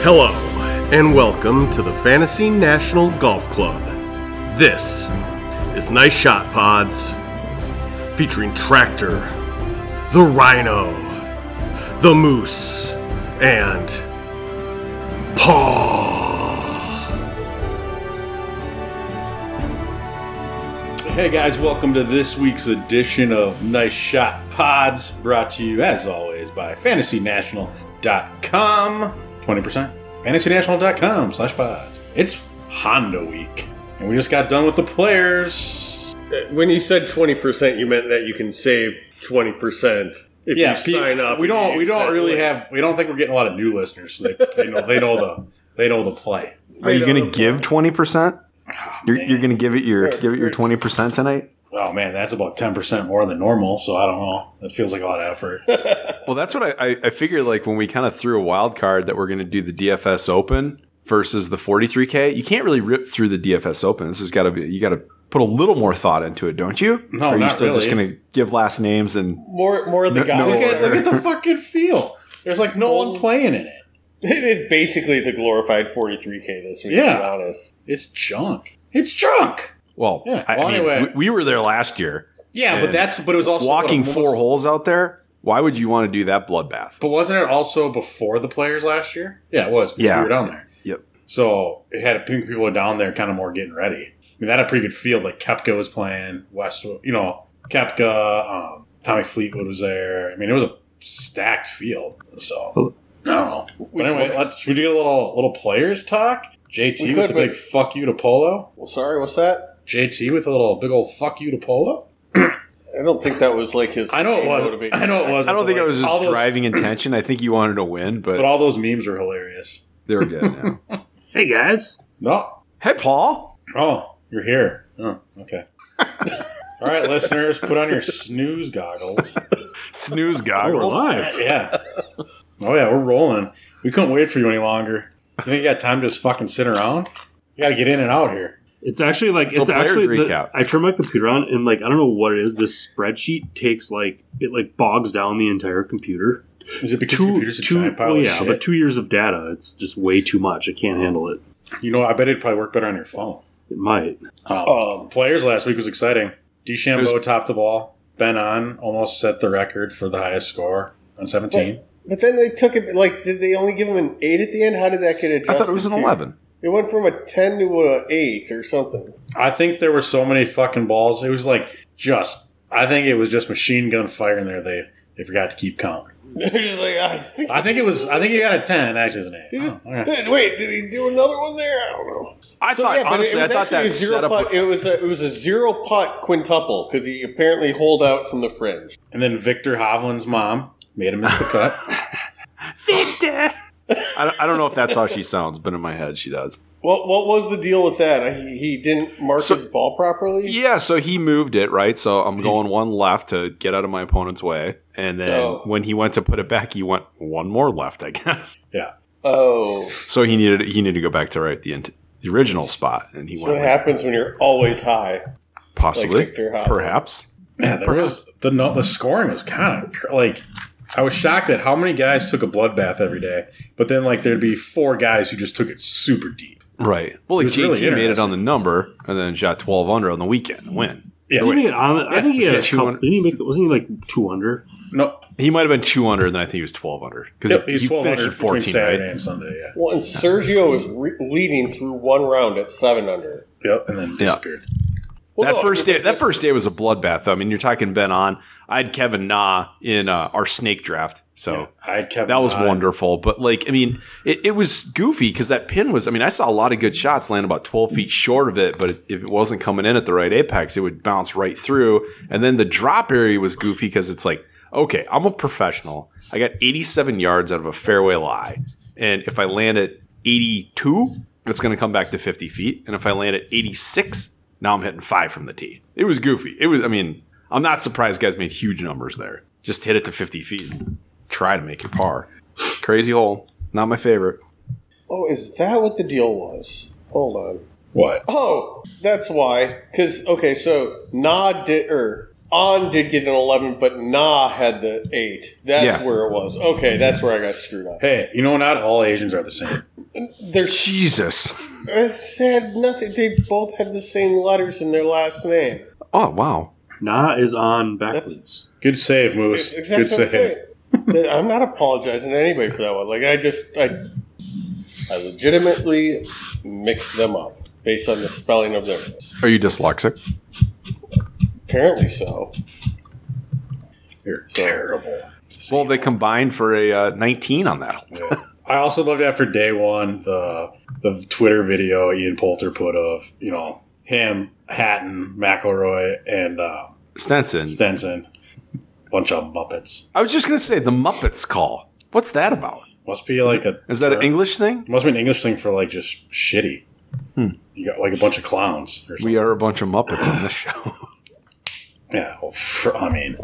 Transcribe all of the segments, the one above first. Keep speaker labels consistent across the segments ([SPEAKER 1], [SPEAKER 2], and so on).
[SPEAKER 1] Hello, and welcome to the Fantasy National Golf Club. This is Nice Shot Pods, featuring Tractor, the Rhino, the Moose, and Paw.
[SPEAKER 2] Hey guys, welcome to this week's edition of Nice Shot Pods, brought to you as always by fantasynational.com. 20%. Fantasynational.com slash pods. It's Honda Week, and we just got done with the players.
[SPEAKER 1] When you said 20%, you meant that you can save 20% if you
[SPEAKER 2] pe-
[SPEAKER 1] sign up.
[SPEAKER 2] We don't.
[SPEAKER 1] and
[SPEAKER 2] We
[SPEAKER 1] use
[SPEAKER 2] don't
[SPEAKER 1] that
[SPEAKER 2] really
[SPEAKER 1] link.
[SPEAKER 2] have. We don't think we're getting a lot of new listeners. So they, they know. They know the. They know the play.
[SPEAKER 3] Are you
[SPEAKER 1] Wait,
[SPEAKER 3] going
[SPEAKER 2] oh,
[SPEAKER 1] uh,
[SPEAKER 3] to give 20%? You're, you're going to give it your give it your 20% tonight?
[SPEAKER 2] Oh man, that's about ten percent more than normal. So I don't know. That feels like a lot of effort.
[SPEAKER 3] Well, that's what I, I, I figured like when we kind of threw a wild card that we're going to do the DFS Open versus the 43K. You can't really rip through the DFS Open. This has got to be you got to put a little more thought into it, don't you?
[SPEAKER 2] No,
[SPEAKER 3] Or Are you
[SPEAKER 2] not
[SPEAKER 3] still just
[SPEAKER 2] really.
[SPEAKER 3] going to give last names and
[SPEAKER 4] More, more of the
[SPEAKER 3] No-
[SPEAKER 4] guy.
[SPEAKER 3] no
[SPEAKER 2] look at
[SPEAKER 3] order.
[SPEAKER 2] look at the fucking feel. There's like no one playing in it.
[SPEAKER 4] It, it basically is a glorified 43k this week.
[SPEAKER 2] Yeah.
[SPEAKER 4] to be honest.
[SPEAKER 2] It's junk. It's junk.
[SPEAKER 3] well,
[SPEAKER 2] Yeah,
[SPEAKER 3] I,
[SPEAKER 2] well,
[SPEAKER 3] I mean,
[SPEAKER 2] anyway.
[SPEAKER 3] we, we were there last year.
[SPEAKER 2] Yeah,
[SPEAKER 3] And
[SPEAKER 2] but that's but it was also
[SPEAKER 3] Walking
[SPEAKER 2] what,
[SPEAKER 3] four
[SPEAKER 2] was-
[SPEAKER 3] holes out there. Why would you want to do that bloodbath?
[SPEAKER 2] But wasn't it also before the players last year? Yeah, it was. because
[SPEAKER 3] Yeah.
[SPEAKER 2] we were down there.
[SPEAKER 3] Yep.
[SPEAKER 2] So it had a few people down there, kind of more getting ready. I mean, that had a pretty good field. Like Kepka was playing, West, you know, Kepka, um, Tommy Fleetwood was there. I mean, it was a stacked field. So I don't know. But anyway, let's should we do a little little players talk?
[SPEAKER 4] We
[SPEAKER 2] JT
[SPEAKER 4] could,
[SPEAKER 2] with a big
[SPEAKER 4] but-
[SPEAKER 2] fuck you to Polo.
[SPEAKER 4] Well, sorry, what's that?
[SPEAKER 2] JT with a little big old fuck you to Polo.
[SPEAKER 4] I don't think that was like his.
[SPEAKER 2] I know it
[SPEAKER 4] main
[SPEAKER 2] was.
[SPEAKER 4] motivation.
[SPEAKER 2] I know it was.
[SPEAKER 3] I don't think I was just
[SPEAKER 2] All those-
[SPEAKER 3] driving intention. I think you wanted to win, but,
[SPEAKER 2] But all those memes were hilarious.
[SPEAKER 3] they were good. Now.
[SPEAKER 5] Hey guys.
[SPEAKER 2] No,
[SPEAKER 3] hey, Paul.
[SPEAKER 2] Oh, you're here. Oh, okay. All right, listeners, put on your snooze goggles.
[SPEAKER 3] snooze
[SPEAKER 5] We're
[SPEAKER 3] goggles.
[SPEAKER 5] live.
[SPEAKER 2] Yeah. Oh yeah, we're rolling. We couldn't wait for you any longer. You think you got time to just fucking sit around? You got to get in and out here.
[SPEAKER 5] It's actually like
[SPEAKER 3] So
[SPEAKER 5] it's
[SPEAKER 3] players
[SPEAKER 5] actually the-
[SPEAKER 3] recap.
[SPEAKER 5] I turn my computer on and like I don't know what it is. This spreadsheet takes like it like bogs down the entire computer.
[SPEAKER 2] Is it because
[SPEAKER 5] Two,
[SPEAKER 2] computers a
[SPEAKER 5] two,
[SPEAKER 2] giant pile
[SPEAKER 5] well,
[SPEAKER 2] of
[SPEAKER 5] yeah,
[SPEAKER 2] shit?
[SPEAKER 5] but two years of data. It's just way too much. I can't handle it.
[SPEAKER 2] you know, I bet it'd probably work better on your phone.
[SPEAKER 5] It might.
[SPEAKER 2] Um, players last week was exciting. DeChambeau topped the ball. Ben on almost set the record for the highest score on 17.
[SPEAKER 4] But then they took it. Like, did they only give him an eight at the end? How did that get adjusted?
[SPEAKER 3] I thought it was an
[SPEAKER 4] to?
[SPEAKER 3] 11.
[SPEAKER 4] It went from a ten to an eight or something.
[SPEAKER 2] I think there were so many fucking balls. It was like just. I think it was just machine gun fire in there. They they forgot to keep count.
[SPEAKER 4] They're just like, I think.
[SPEAKER 2] I think it was. I think he got a ten. Actually, it's an eight.
[SPEAKER 4] Did it-
[SPEAKER 2] Oh, okay.
[SPEAKER 4] did- wait, did he do another one there? I don't know.
[SPEAKER 3] I
[SPEAKER 4] So,
[SPEAKER 3] thought
[SPEAKER 4] yeah, but
[SPEAKER 3] honestly,
[SPEAKER 4] it
[SPEAKER 3] I
[SPEAKER 4] was
[SPEAKER 3] thought
[SPEAKER 4] actually
[SPEAKER 3] that
[SPEAKER 4] a zero
[SPEAKER 3] setup.
[SPEAKER 4] putt. It was a, it was a zero putt quintuple because he apparently holed out from the fringe.
[SPEAKER 2] And then Victor Hovland's mom made him miss the cut.
[SPEAKER 3] I, don't- I don't know if that's how she sounds, but in my head, she does.
[SPEAKER 4] What what was the deal with that? He, he didn't mark
[SPEAKER 3] So-
[SPEAKER 4] his ball properly.
[SPEAKER 3] Yeah, so he moved it right. So I'm going one left to get out of my opponent's way, and then
[SPEAKER 4] Oh.
[SPEAKER 3] when he went to put it back, he went one more left, I guess.
[SPEAKER 4] Oh.
[SPEAKER 3] So he needed he needed to go back to right the int- the original spot, and he
[SPEAKER 4] That's
[SPEAKER 3] went
[SPEAKER 4] what
[SPEAKER 3] right.
[SPEAKER 4] happens when you're always high.
[SPEAKER 3] possibly,
[SPEAKER 4] like Victor Hovland.
[SPEAKER 3] perhaps.
[SPEAKER 2] Yeah, there was the no, the scoring was kind of like I was shocked at how many guys took a bloodbath every day, but then like there'd be four guys who just took it super deep.
[SPEAKER 3] Right. Well, like
[SPEAKER 2] was really
[SPEAKER 3] JT made it on the number, and then shot 12 under on the weekend. Win.
[SPEAKER 2] Yeah,
[SPEAKER 5] Didn't he get on- I think he
[SPEAKER 3] Yeah,
[SPEAKER 5] had a
[SPEAKER 3] two
[SPEAKER 5] couple,
[SPEAKER 3] under-
[SPEAKER 5] didn't he make it wasn't he like two under?
[SPEAKER 2] no,
[SPEAKER 3] He might have been two under, and then I think he was 12 under because
[SPEAKER 2] yep, he's
[SPEAKER 3] he
[SPEAKER 2] twelve
[SPEAKER 3] finished
[SPEAKER 2] hundred
[SPEAKER 3] at
[SPEAKER 2] between
[SPEAKER 3] 14.
[SPEAKER 2] Saturday
[SPEAKER 3] Right.
[SPEAKER 2] and Sunday. Yeah,
[SPEAKER 4] Well, and Sergio is re- leading through one round at seven under.
[SPEAKER 2] yep, and then disappeared.
[SPEAKER 4] Well,
[SPEAKER 3] that
[SPEAKER 4] no,
[SPEAKER 3] first day, that
[SPEAKER 4] because-
[SPEAKER 3] first day was a bloodbath. Though. I mean, you're talking Ben on. I had Kevin Na in uh, our snake draft, so
[SPEAKER 2] I kept
[SPEAKER 3] Oh. that was
[SPEAKER 2] my eye-
[SPEAKER 3] wonderful. But like, I mean, it, it was goofy because that pin was. I mean, I saw a lot of good shots land about 12 feet short of it, but if it wasn't coming in at the right apex, it would bounce right through. And then the drop area was goofy because it's like, okay, I'm a professional. I got 87 yards out of a fairway lie, and if I land at 82, it's going to come back to 50 feet. And if I land at 86, now I'm hitting five from the tee. It was goofy. It was. I mean, I'm not surprised guys made huge numbers there. Just hit it to 50 feet. Try to make it par. Crazy hole. Not my favorite.
[SPEAKER 4] Oh, is that what the deal was? Hold on.
[SPEAKER 2] What?
[SPEAKER 4] Oh, that's why. Because okay, so Na did or On did get an 11, but Nah had the 8. That's
[SPEAKER 3] Yeah.
[SPEAKER 4] where it was. Okay, that's where I got screwed up.
[SPEAKER 2] Hey, you know, not all Asians are the same.
[SPEAKER 4] There's
[SPEAKER 3] Jesus.
[SPEAKER 4] it had nothing. They both have the same letters in their last name.
[SPEAKER 3] Oh wow.
[SPEAKER 5] Nah is on backwards.
[SPEAKER 2] Good save, Moose.
[SPEAKER 4] Ex-
[SPEAKER 2] Good
[SPEAKER 4] what I'm
[SPEAKER 2] save.
[SPEAKER 4] saying. I'm not apologizing to anybody for that one. Like I just I I legitimately mixed them up based on the spelling of their names.
[SPEAKER 3] Are you dyslexic?
[SPEAKER 4] Apparently so.
[SPEAKER 2] You're terrible.
[SPEAKER 3] Well, they combined for a uh, 19 on that.
[SPEAKER 2] I also loved after day one the the Twitter video Ian Poulter put of you know him Hatton McElroy and uh,
[SPEAKER 3] Stenson.
[SPEAKER 2] Stenson, bunch of Muppets.
[SPEAKER 3] I was just gonna say the Muppets call. What's that about?
[SPEAKER 2] Must be like a
[SPEAKER 3] Is that an
[SPEAKER 2] term-
[SPEAKER 3] English thing?
[SPEAKER 2] Must be an English thing for like just shitty. You got like a bunch of clowns. Or something.
[SPEAKER 3] Hmm. We are a bunch of Muppets on this show.
[SPEAKER 2] Yeah, well, fr- I mean,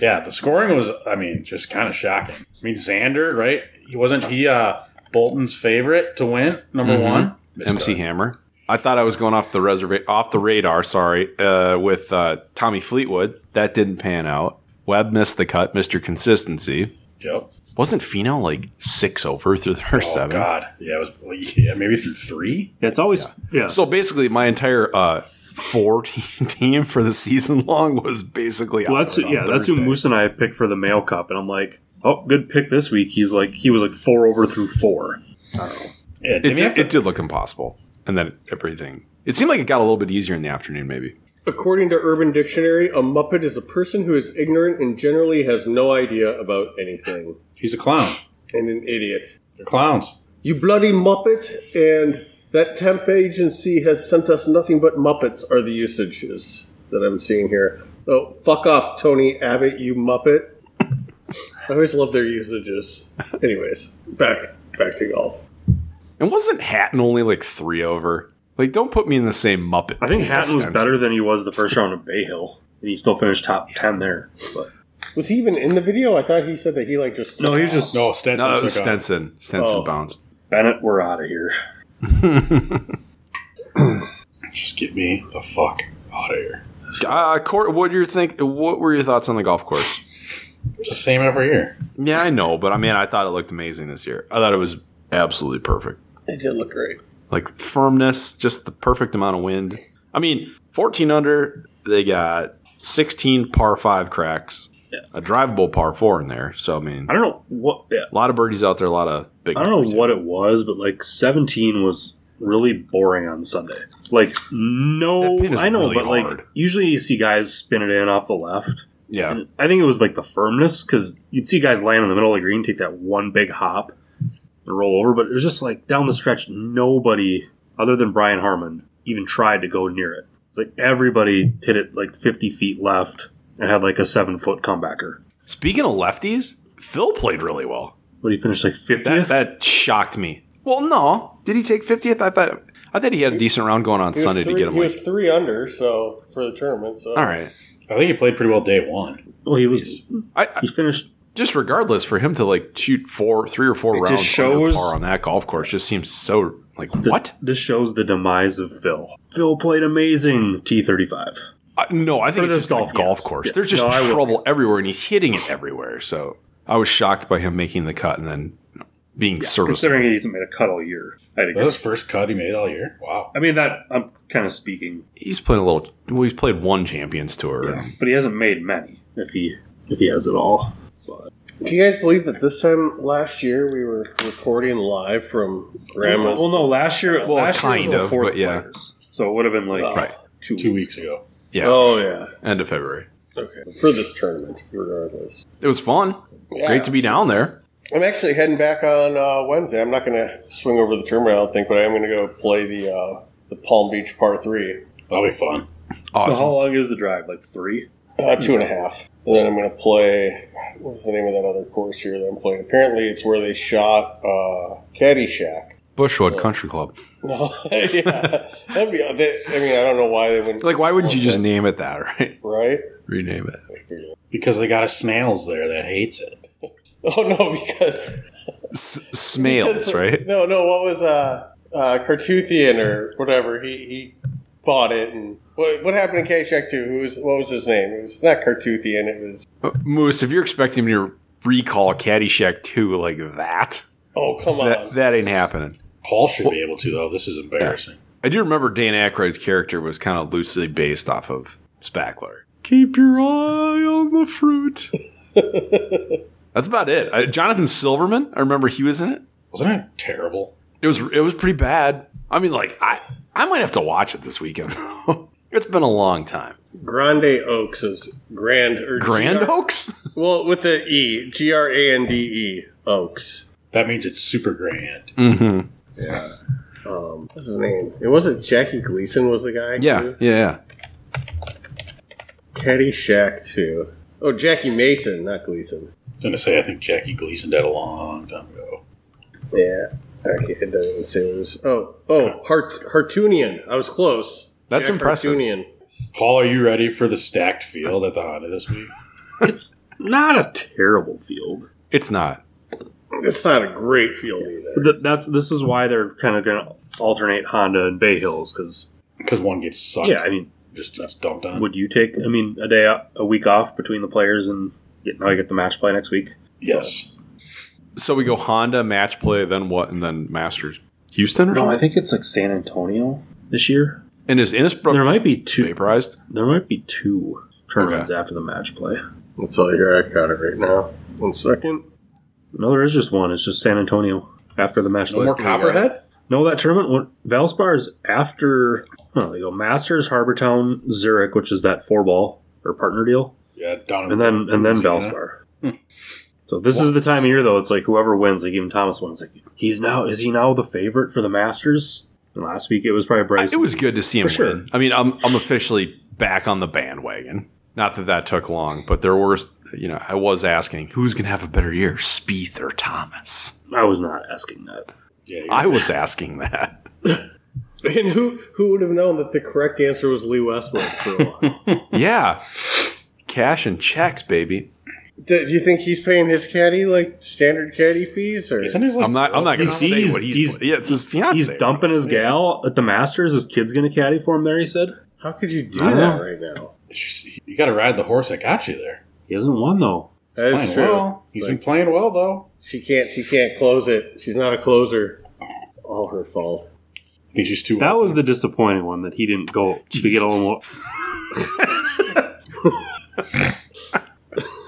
[SPEAKER 2] yeah, the scoring was, I mean, just kind of shocking. I mean, Xander, right? He wasn't he uh, Bolton's favorite to win number
[SPEAKER 3] Mhm.
[SPEAKER 2] one.
[SPEAKER 3] MC Hammer. I thought I was going off the reserva- off the radar. Sorry, uh, with uh, Tommy Fleetwood. That didn't pan out. Webb missed the cut. Mister Consistency
[SPEAKER 2] Yep.
[SPEAKER 3] wasn't Fino like six over through the
[SPEAKER 2] Oh
[SPEAKER 3] first seven.
[SPEAKER 2] God. Yeah, it was. well, Yeah, maybe through three.
[SPEAKER 5] Yeah, it's always yeah.
[SPEAKER 3] So basically, my entire uh, four team team for the season long was basically
[SPEAKER 5] Well, that's
[SPEAKER 3] out on
[SPEAKER 5] yeah, that's who
[SPEAKER 3] Thursday.
[SPEAKER 5] Moose and I picked for the Mail Cup, and I'm like, oh, good pick this week. He's like, he was like four over through four.
[SPEAKER 2] Yeah,
[SPEAKER 3] It
[SPEAKER 2] didn't he have
[SPEAKER 3] did,
[SPEAKER 2] to-
[SPEAKER 3] it did look impossible, and then everything. It seemed like it got a little bit easier in the afternoon, maybe.
[SPEAKER 4] According to Urban Dictionary, a Muppet is a person who is ignorant and generally has no idea about anything.
[SPEAKER 2] he's a clown.
[SPEAKER 4] And an idiot.
[SPEAKER 2] They're clowns.
[SPEAKER 4] You bloody Muppet and that temp agency has sent us nothing but Muppets are the usages that I'm seeing here. Oh, fuck off, Tony Abbott, you Muppet. I always love their usages. Anyways, back back to golf.
[SPEAKER 3] And wasn't Hatton only like three over? Like, don't put me in the same Muppet.
[SPEAKER 5] I think
[SPEAKER 3] league
[SPEAKER 5] Hatton was
[SPEAKER 3] as Stenson.
[SPEAKER 5] better than he was the first round of Bay Hill, and he still finished top ten there. But
[SPEAKER 4] Was he even in the video? I thought he said that he like just
[SPEAKER 5] no, he was just
[SPEAKER 2] No, Stenson.
[SPEAKER 3] No, it
[SPEAKER 2] took
[SPEAKER 3] was
[SPEAKER 2] off.
[SPEAKER 3] Stenson. Stenson
[SPEAKER 4] Oh.
[SPEAKER 3] bounced.
[SPEAKER 5] Bennett. We're out of here.
[SPEAKER 2] Just get me the fuck out of here.
[SPEAKER 3] Uh, court, what your think? What were your thoughts on the golf course?
[SPEAKER 2] It's the same every year.
[SPEAKER 3] Yeah, I know, but I mean, I thought it looked amazing this year. I thought it was absolutely perfect.
[SPEAKER 4] It did look great.
[SPEAKER 3] Like firmness, just the perfect amount of wind. I mean, 14 under, they got 16 par five cracks, a drivable par four in there. So I mean,
[SPEAKER 5] I don't know what yeah,
[SPEAKER 3] a lot of birdies out there, a lot of big.
[SPEAKER 5] I don't
[SPEAKER 3] numbers
[SPEAKER 5] know
[SPEAKER 3] here.
[SPEAKER 5] what it was, but like seventeen was really boring on Sunday. Like no,
[SPEAKER 3] That pin is
[SPEAKER 5] I know,
[SPEAKER 3] really
[SPEAKER 5] but like
[SPEAKER 3] hard.
[SPEAKER 5] usually you see guys spin it in off the left.
[SPEAKER 3] Yeah,
[SPEAKER 5] And I think it was like the firmness because you'd see guys land in the middle of the green, take that one big hop, and roll over. But it was just like down the stretch, nobody other than Brian Harmon even tried to go near it. It's like everybody hit it like 50 feet left and had like a seven foot comebacker.
[SPEAKER 3] Speaking of lefties, Phil played really well.
[SPEAKER 5] But he finished like 50th.
[SPEAKER 3] That, that shocked me. Well, no, did he take fiftieth? I thought I thought he had a decent round going on
[SPEAKER 4] He was
[SPEAKER 3] Sunday
[SPEAKER 4] three,
[SPEAKER 3] to get him.
[SPEAKER 4] He
[SPEAKER 3] Like,
[SPEAKER 4] was three under, so for the tournament. So
[SPEAKER 3] all right,
[SPEAKER 2] I think he played pretty well day one.
[SPEAKER 5] well, he was
[SPEAKER 3] I, I
[SPEAKER 5] he finished.
[SPEAKER 3] just regardless for him to like shoot four, three or four
[SPEAKER 5] It
[SPEAKER 3] rounds
[SPEAKER 5] just
[SPEAKER 3] under
[SPEAKER 5] shows-
[SPEAKER 3] par on that golf course just seems so like
[SPEAKER 5] the-
[SPEAKER 3] what?
[SPEAKER 5] This shows the demise of Phil. Phil played amazing T35.
[SPEAKER 3] I, no, I think
[SPEAKER 5] For
[SPEAKER 3] it's
[SPEAKER 5] this
[SPEAKER 3] just golf
[SPEAKER 5] golf,
[SPEAKER 3] golf
[SPEAKER 5] yes.
[SPEAKER 3] course.
[SPEAKER 5] Yeah.
[SPEAKER 3] There's just
[SPEAKER 5] No, I will,
[SPEAKER 3] trouble
[SPEAKER 5] yes.
[SPEAKER 3] everywhere, and he's hitting it everywhere. So I was shocked by him making the cut and then you know, being serviceable.
[SPEAKER 5] Considering he hasn't made a cut all year, I
[SPEAKER 2] That was his first cut he made all year. Wow.
[SPEAKER 5] I mean that I'm kind of speaking,
[SPEAKER 3] He's playing a little. Well, he's played one Champions Tour.
[SPEAKER 5] but he hasn't made many. If he if he has at all,
[SPEAKER 4] Do you guys believe that this time last year we were recording live from Grandma's?
[SPEAKER 3] Oh,
[SPEAKER 5] Well, no, last year
[SPEAKER 3] Well,
[SPEAKER 5] last year
[SPEAKER 3] kind
[SPEAKER 5] was
[SPEAKER 3] of,
[SPEAKER 5] four
[SPEAKER 3] but yeah.
[SPEAKER 5] players, so it would have been like
[SPEAKER 4] Wow.
[SPEAKER 3] Right.
[SPEAKER 5] two,
[SPEAKER 2] Two weeks ago.
[SPEAKER 3] Yeah,
[SPEAKER 4] Oh yeah.
[SPEAKER 3] end of February.
[SPEAKER 4] Okay. For this tournament, regardless.
[SPEAKER 3] It was fun. Great to be down there.
[SPEAKER 4] I'm actually heading back on uh, Wednesday. I'm not going to swing over the tournament, I don't think, but I am going to go play the uh, the Palm Beach Par Three,
[SPEAKER 2] That'll be fun.
[SPEAKER 5] So how
[SPEAKER 3] Awesome.
[SPEAKER 5] long is the drive? Like three.
[SPEAKER 4] uh, two and a half. And then I'm going to play. What's the name of that other course here that I'm playing? Apparently, it's where they shot uh, Caddyshack.
[SPEAKER 3] Bushwood Country Club.
[SPEAKER 4] No, yeah, that'd be. They, I mean, I don't know why they wouldn't.
[SPEAKER 3] Like, why wouldn't you just name it that, right?
[SPEAKER 4] right?
[SPEAKER 3] Rename it.
[SPEAKER 2] Because they got a snails there that hates it.
[SPEAKER 4] Oh no, because
[SPEAKER 3] S- Smales,
[SPEAKER 4] Because-
[SPEAKER 3] right?
[SPEAKER 4] No, no. What was uh, uh, Cartuthian or whatever? He he bought it. And what, what happened in Caddyshack Two? Who was what was his name? It was not Cartoothian. It was
[SPEAKER 3] Uh, Moose, if you're expecting me to recall Caddyshack 2 like that,
[SPEAKER 4] oh come on,
[SPEAKER 3] that, that ain't happening.
[SPEAKER 2] Paul should be able to though. This is embarrassing.
[SPEAKER 3] I do remember Dan Aykroyd's character was kind of loosely based off of Spackler. Keep your eye on the fruit. That's about it. I, Jonathan Silverman, I remember he was in it.
[SPEAKER 2] Wasn't that terrible?
[SPEAKER 3] It was it was pretty bad. I mean, like I I might have to watch it this weekend. it's been a long time.
[SPEAKER 4] Grande Oaks is Grand or
[SPEAKER 3] Grand
[SPEAKER 4] G R-
[SPEAKER 3] Oaks.
[SPEAKER 4] Well, with the E, G R A N D E Oaks.
[SPEAKER 2] That means it's super grand.
[SPEAKER 3] Mm-hmm.
[SPEAKER 4] Um, what's his name? It wasn't Jackie Gleason was the guy.
[SPEAKER 3] Yeah, yeah, yeah.
[SPEAKER 4] Caddyshack Two. Oh, Jackie Mason, not Gleason.
[SPEAKER 2] I was gonna say I think Jackie Gleason died a long time ago.
[SPEAKER 4] Yeah. Okay, it doesn't even say what it was. Oh, oh, Hart, Hartunian. I was close.
[SPEAKER 3] That's impressive.
[SPEAKER 4] Hartunian.
[SPEAKER 2] Paul, are you ready for the stacked field at the Honda this week?
[SPEAKER 5] It's not a terrible field.
[SPEAKER 3] It's not.
[SPEAKER 4] It's not a great field either.
[SPEAKER 5] Th- That's this is why they're kind of going to alternate Honda and Bay Hills because
[SPEAKER 2] Because one gets sucked.
[SPEAKER 5] yeah, I mean,
[SPEAKER 2] just that's dumped on.
[SPEAKER 5] would you take? I mean, a day o- a week off between the players and get, now you get the match play next week.
[SPEAKER 2] yes.
[SPEAKER 3] So we go Honda match play, then what, and then Masters. Houston or something?
[SPEAKER 5] think it's like San Antonio this year.
[SPEAKER 3] and is Innisbrook
[SPEAKER 5] There might be two.
[SPEAKER 3] vaporized?
[SPEAKER 5] There might be two tournaments after the match play.
[SPEAKER 4] That's all here. I got it right now. One second.
[SPEAKER 5] No, there is just one. It's just San Antonio after the match
[SPEAKER 2] No
[SPEAKER 5] play.
[SPEAKER 2] more Copperhead.
[SPEAKER 5] No, that tournament went Valspar is after oh, they go Masters, Harbortown, Zurich, which is that four ball or partner deal,
[SPEAKER 2] Yeah, down in-
[SPEAKER 5] and then and then
[SPEAKER 2] Louisiana.
[SPEAKER 5] Valspar. So this is the time of year though. It's like whoever wins, like even Thomas wins. Like he's now is he now the favorite for the Masters? And last week it was probably Bryce.
[SPEAKER 3] It was good to see him
[SPEAKER 5] For sure.
[SPEAKER 3] win. I mean, I'm I'm officially back on the bandwagon. Not that that took long, but there were, you know, I was asking who's going to have a better year, Spieth or Thomas.
[SPEAKER 5] I was not asking that.
[SPEAKER 2] Yeah,
[SPEAKER 3] I was asking that.
[SPEAKER 4] And who who would have known that the correct answer was Lee Westwood for a while?
[SPEAKER 3] Yeah, cash and checks, baby.
[SPEAKER 4] do, do you think he's paying his caddy like standard caddy fees? Or
[SPEAKER 2] Isn't his like
[SPEAKER 3] I'm not. I'm not going to
[SPEAKER 5] He's-
[SPEAKER 3] say
[SPEAKER 5] he's-
[SPEAKER 3] what he's.
[SPEAKER 5] he's-
[SPEAKER 3] yeah, it's his fiance.
[SPEAKER 5] He's dumping his gal at the Masters. His kid's gonna caddy for him there. He said
[SPEAKER 4] how could you do
[SPEAKER 5] I don't
[SPEAKER 4] that
[SPEAKER 5] know.
[SPEAKER 4] right now?
[SPEAKER 2] You got to ride the horse that got you there.
[SPEAKER 5] he hasn't won though.
[SPEAKER 4] That is
[SPEAKER 2] Playing
[SPEAKER 4] true.
[SPEAKER 2] well.
[SPEAKER 4] It's
[SPEAKER 2] He's
[SPEAKER 4] like,
[SPEAKER 2] been playing well though.
[SPEAKER 4] she can't she can't close it. She's not a closer. It's all her fault.
[SPEAKER 2] I think she's too.
[SPEAKER 5] That
[SPEAKER 2] open.
[SPEAKER 5] was the disappointing one that he didn't go to get a little more.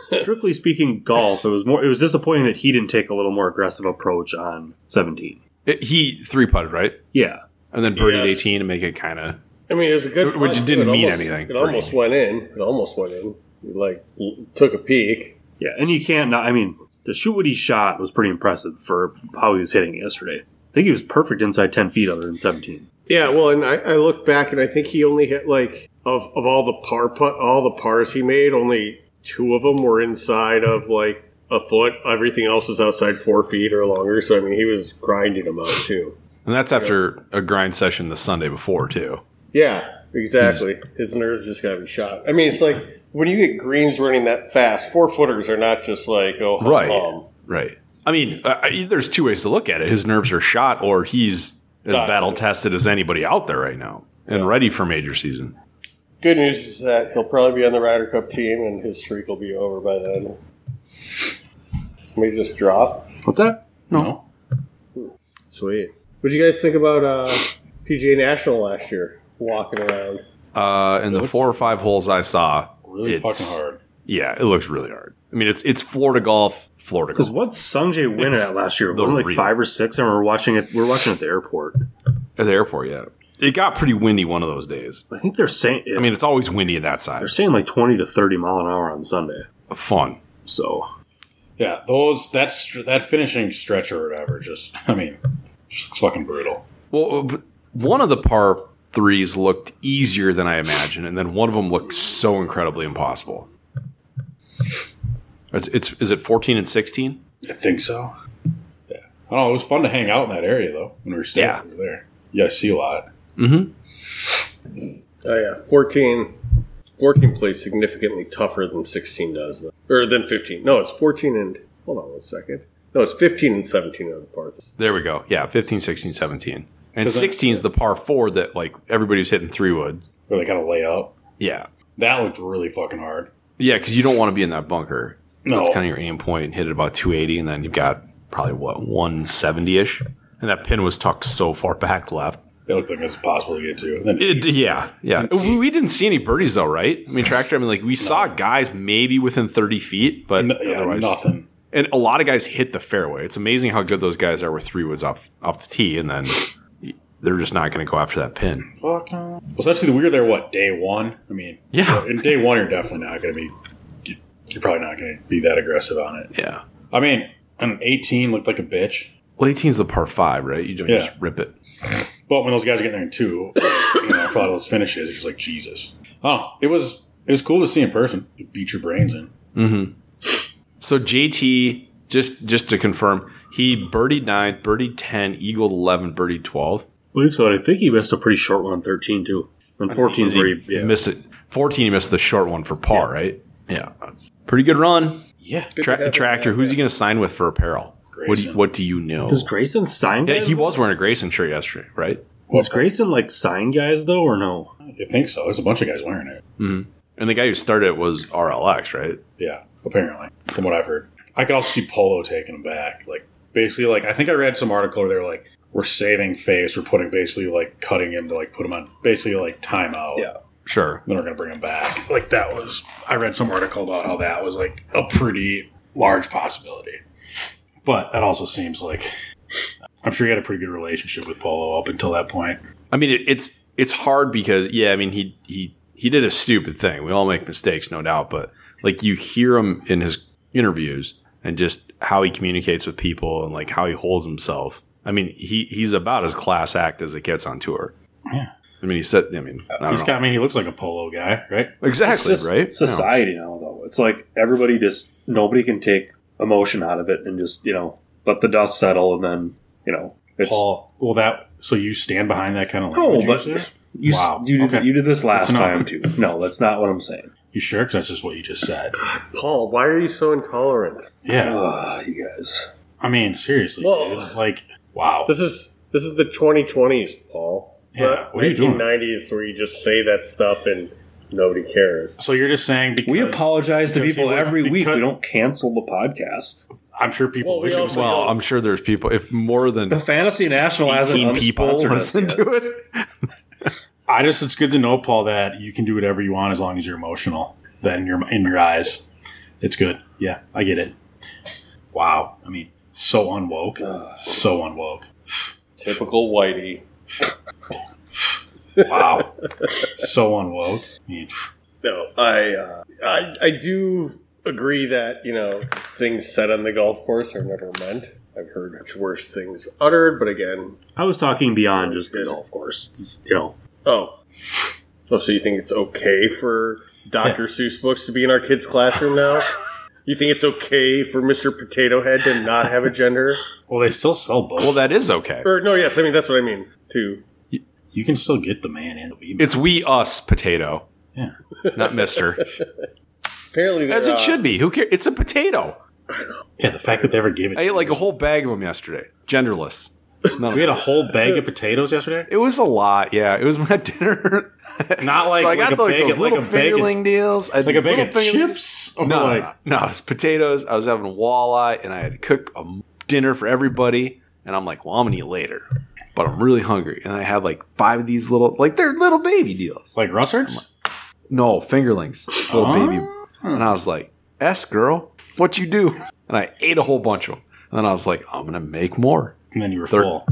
[SPEAKER 5] Strictly speaking, golf. It was more. It was disappointing that he didn't take a little more aggressive approach on seventeen.
[SPEAKER 3] It- Uh, he three putted right,
[SPEAKER 5] Yeah,
[SPEAKER 3] and then birdied
[SPEAKER 4] Yes.
[SPEAKER 3] 18 to make it kind of.
[SPEAKER 4] I mean, it was a good.
[SPEAKER 3] Which
[SPEAKER 4] putt, too.
[SPEAKER 3] didn't
[SPEAKER 4] It
[SPEAKER 3] mean
[SPEAKER 4] almost-
[SPEAKER 3] anything.
[SPEAKER 4] It almost went in. It almost went in. He, like l- took a peek.
[SPEAKER 5] yeah, and you can't. Not, I mean, to shoot what he shot was pretty impressive for how he was hitting it yesterday. I think he was perfect inside ten feet, other than seventeen.
[SPEAKER 4] Yeah, well, and I, I look back and I think he only hit like of of all the par put all the pars he made, only two of them were inside of like a foot. Everything else is outside four feet or longer. So I mean, he was grinding them out too.
[SPEAKER 3] And that's after a grind session the Sunday before too.
[SPEAKER 4] Yeah, exactly. His nerves just gotta be shot. I mean, it's like when you get greens running that fast, four footers are not just like oh hum,
[SPEAKER 3] Right.
[SPEAKER 4] hum.
[SPEAKER 3] Right. I mean, uh, I- there's two ways to look at it. His nerves are shot, or he's as
[SPEAKER 4] Done.
[SPEAKER 3] battle tested as anybody out there right now and ready for major season.
[SPEAKER 4] Good news is that he'll probably be on the Ryder Cup team, and his streak will be over by then. Somebody just drop.
[SPEAKER 5] What's that?
[SPEAKER 2] no.
[SPEAKER 4] Sweet. What do you guys think about uh, PGA National last year? Walking around.
[SPEAKER 3] Uh, and the four or five holes I saw,
[SPEAKER 2] Really
[SPEAKER 3] it's-
[SPEAKER 2] fucking hard.
[SPEAKER 3] Yeah, it looks really hard. I mean, it's it's Florida golf, Florida
[SPEAKER 5] Because
[SPEAKER 3] golf.
[SPEAKER 5] what Sungjae win
[SPEAKER 3] It's
[SPEAKER 5] at last year
[SPEAKER 3] the
[SPEAKER 5] was like
[SPEAKER 3] real-
[SPEAKER 5] five or six, and we're watching it. We're watching it at the airport.
[SPEAKER 3] At the airport, yeah, it got pretty windy one of those days.
[SPEAKER 5] I think they're saying.
[SPEAKER 3] I mean, it's always windy at that side.
[SPEAKER 5] They're saying like 20 to 30 mile an hour on Sunday.
[SPEAKER 3] Fun.
[SPEAKER 5] So,
[SPEAKER 2] Yeah, those that str- that finishing stretch or whatever. Just I mean, just looks fucking brutal.
[SPEAKER 3] Well, but one of the par threes looked easier than I imagined, and then one of them looked so incredibly impossible. It's, it's is it fourteen and sixteen?
[SPEAKER 2] I think so. Yeah, I don't know. It was fun to hang out in that area though when we were staying
[SPEAKER 3] Yeah.
[SPEAKER 2] over there. Yeah, I see a lot.
[SPEAKER 3] Mm-hmm.
[SPEAKER 4] Oh yeah, 14, 14 plays significantly tougher than sixteen does, though. or than fifteen. No, it's fourteen and hold on one second. No, it's fifteen and seventeen on the par.
[SPEAKER 3] There we go. Yeah, 15, 16, 17. And 16 is the par four that like everybody's hitting three woods.
[SPEAKER 2] Where they kind of lay up.
[SPEAKER 3] Yeah.
[SPEAKER 2] That looked really fucking hard.
[SPEAKER 3] Yeah, because you don't want to be in that bunker.
[SPEAKER 2] No.
[SPEAKER 3] That's kind of your aim point. Hit it about 280, and then you've got probably what 170 ish. And that pin was tucked so far back left.
[SPEAKER 2] It looked like it was possible to get to. And then
[SPEAKER 3] It, yeah, yeah. We, we didn't see any birdies though, right? I mean, tractor. I mean, like we saw guys maybe within 30 feet, but
[SPEAKER 2] no- yeah,
[SPEAKER 3] otherwise
[SPEAKER 2] nothing.
[SPEAKER 3] And a lot of guys hit the fairway. It's amazing how good those guys are with three woods off off the tee, and then they're just not going to go after that pin.
[SPEAKER 2] Fuck no. Well, especially we were there, what, day one? I mean,
[SPEAKER 3] Yeah.
[SPEAKER 2] in day one, you're definitely not going to be, you're probably not going to be that aggressive on it.
[SPEAKER 3] Yeah.
[SPEAKER 2] I mean, an 18 looked like a bitch,
[SPEAKER 3] Well, 18 is the par five, right? You don't
[SPEAKER 2] Yeah.
[SPEAKER 3] just rip it.
[SPEAKER 2] but when those guys are getting there in two, you know, after all those finishes, it's just like, Jesus. Oh, it was, it was cool to see in person. It beat your brains in.
[SPEAKER 3] Mm-hmm. So JT, just just to confirm, he birdied nine, birdied ten, eagled eleven, birdied twelve.
[SPEAKER 5] believe so. And I think he missed a pretty short one on 13, too. And 14 is where he yeah.
[SPEAKER 3] Missed it. Fourteen, he missed the short one for par, right? Yeah, that's pretty good run.
[SPEAKER 2] Yeah.
[SPEAKER 3] Tra- tractor. Who's he going to sign with for apparel? What do you,
[SPEAKER 2] Grayson.
[SPEAKER 3] What do you know?
[SPEAKER 5] Does Grayson sign
[SPEAKER 3] Yeah,
[SPEAKER 5] guys?
[SPEAKER 3] he was wearing a Grayson shirt yesterday, right?
[SPEAKER 5] Does Grayson, like, sign guys, though, or no?
[SPEAKER 2] I think so. There's a bunch of guys wearing it.
[SPEAKER 3] And the guy who started it was RLX, right?
[SPEAKER 2] Yeah, apparently, from what I've heard. I could also see Polo taking him back. Like, basically, like, I think I read some article where they were like, we're saving face. We're putting basically, like, cutting him to, like, put him on basically, like, timeout.
[SPEAKER 5] Yeah.
[SPEAKER 3] Sure.
[SPEAKER 2] Then we're going to bring him back. Like, that was, I read some article about how that was, like, a pretty large possibility. But that also seems like, I'm sure he had a pretty good relationship with Polo up until that point.
[SPEAKER 3] I mean, it, it's it's hard because yeah, I mean he he he did a stupid thing. We all make mistakes, no doubt, but like you hear him in his interviews and just how he communicates with people and like how he holds himself. I mean, he he's about as class act as it gets on tour.
[SPEAKER 2] Yeah.
[SPEAKER 3] I mean, he said. I mean, I don't
[SPEAKER 2] He's
[SPEAKER 3] know.
[SPEAKER 2] got, I mean, he looks like a Polo guy, right?
[SPEAKER 3] exactly
[SPEAKER 5] It's just
[SPEAKER 3] right. No.
[SPEAKER 5] Society now, though, it's like everybody just nobody can take emotion out of it and just you know let the dust settle and then you know it's
[SPEAKER 2] Paul. Well, that, so you stand behind that kind of
[SPEAKER 5] No,
[SPEAKER 2] language?
[SPEAKER 5] but-
[SPEAKER 2] you said?
[SPEAKER 5] you s-
[SPEAKER 2] Wow,
[SPEAKER 5] you, did,
[SPEAKER 2] okay.
[SPEAKER 5] you did this last
[SPEAKER 2] That's not-
[SPEAKER 5] time too. No, that's not what I'm saying.
[SPEAKER 2] You sure? Because that's just what you just said.
[SPEAKER 4] Paul, why are you so intolerant?
[SPEAKER 2] Yeah.
[SPEAKER 5] Ah, you guys.
[SPEAKER 2] I mean, seriously,
[SPEAKER 4] Uh, Well-
[SPEAKER 2] dude. Like, wow.
[SPEAKER 4] This is this is the 2020s, Paul. It's
[SPEAKER 2] Yeah,
[SPEAKER 4] not
[SPEAKER 2] what are you doing?
[SPEAKER 4] 1990s where you just say that stuff and nobody cares.
[SPEAKER 2] So you're just saying because
[SPEAKER 5] We apologize to
[SPEAKER 2] because he
[SPEAKER 5] people
[SPEAKER 2] was-
[SPEAKER 5] every week.
[SPEAKER 2] because-
[SPEAKER 5] We don't cancel the podcast.
[SPEAKER 2] I'm sure people
[SPEAKER 4] Well, we
[SPEAKER 2] wish it was
[SPEAKER 4] also-
[SPEAKER 2] well,
[SPEAKER 3] Well, I'm sure there's people. If more
[SPEAKER 5] The
[SPEAKER 3] than
[SPEAKER 5] Fantasy National hasn't
[SPEAKER 3] 18 people
[SPEAKER 5] unsponsored us
[SPEAKER 3] listen
[SPEAKER 5] yet.
[SPEAKER 3] to it,
[SPEAKER 2] I just it's good to know, Paul, that you can do whatever you want as long as you're emotional. Then you're in your eyes. It's good. Yeah, I get it. Wow. I mean, so unwoke.
[SPEAKER 4] Uh.
[SPEAKER 2] so unwoke.
[SPEAKER 4] Typical Whitey.
[SPEAKER 2] Wow. so unwoke. I mean,
[SPEAKER 4] No, I, uh, I I do agree that you know things said on the golf course are never meant. I've heard much worse things uttered, but again,
[SPEAKER 5] I was talking beyond just the golf course. It's, you know,
[SPEAKER 4] oh, oh, so you think it's okay for Dr. Seuss books to be in our kids' classroom now? you think it's okay for Mr. Potato Head to not have a gender?
[SPEAKER 2] well, they still sell both.
[SPEAKER 3] well, that is okay.
[SPEAKER 4] Or no, yes, I mean that's what I mean too.
[SPEAKER 2] you can still get the man and the female.
[SPEAKER 3] It's we us potato.
[SPEAKER 2] Yeah.
[SPEAKER 3] Not Mister.
[SPEAKER 4] Apparently,
[SPEAKER 3] As
[SPEAKER 4] they're,
[SPEAKER 3] it
[SPEAKER 4] uh,
[SPEAKER 3] should be. Who cares? It's a potato.
[SPEAKER 2] Yeah, the fact that they ever gave it.
[SPEAKER 3] I
[SPEAKER 2] to
[SPEAKER 3] ate like a
[SPEAKER 2] us.
[SPEAKER 3] whole bag of them yesterday. Genderless. None of
[SPEAKER 2] We had
[SPEAKER 3] them.
[SPEAKER 2] a whole bag of potatoes yesterday.
[SPEAKER 3] It was a lot. Yeah, it was my dinner.
[SPEAKER 2] Not like-
[SPEAKER 3] so I
[SPEAKER 2] like
[SPEAKER 3] got
[SPEAKER 2] a
[SPEAKER 3] like
[SPEAKER 2] bag-
[SPEAKER 3] those
[SPEAKER 2] like
[SPEAKER 3] little
[SPEAKER 2] a bag of-
[SPEAKER 3] fingerling deals. I had
[SPEAKER 2] Like a
[SPEAKER 3] these
[SPEAKER 2] bag
[SPEAKER 3] little
[SPEAKER 2] of
[SPEAKER 3] fingerling-
[SPEAKER 2] chips. Or
[SPEAKER 3] No, no,
[SPEAKER 2] like,
[SPEAKER 3] no, no, it's potatoes. I was having walleye, and I had to cook a dinner for everybody. And I'm like, well, I'm gonna eat later, but I'm really hungry. And I had like five of these little, like they're little baby deals.
[SPEAKER 2] like Russards.
[SPEAKER 3] No fingerlings, little
[SPEAKER 2] Oh.
[SPEAKER 3] baby. And I was like, "S girl, what you do?" And I ate a whole bunch of them. And then I was like, "I'm gonna make more."
[SPEAKER 2] And then you were
[SPEAKER 3] They're-
[SPEAKER 2] full.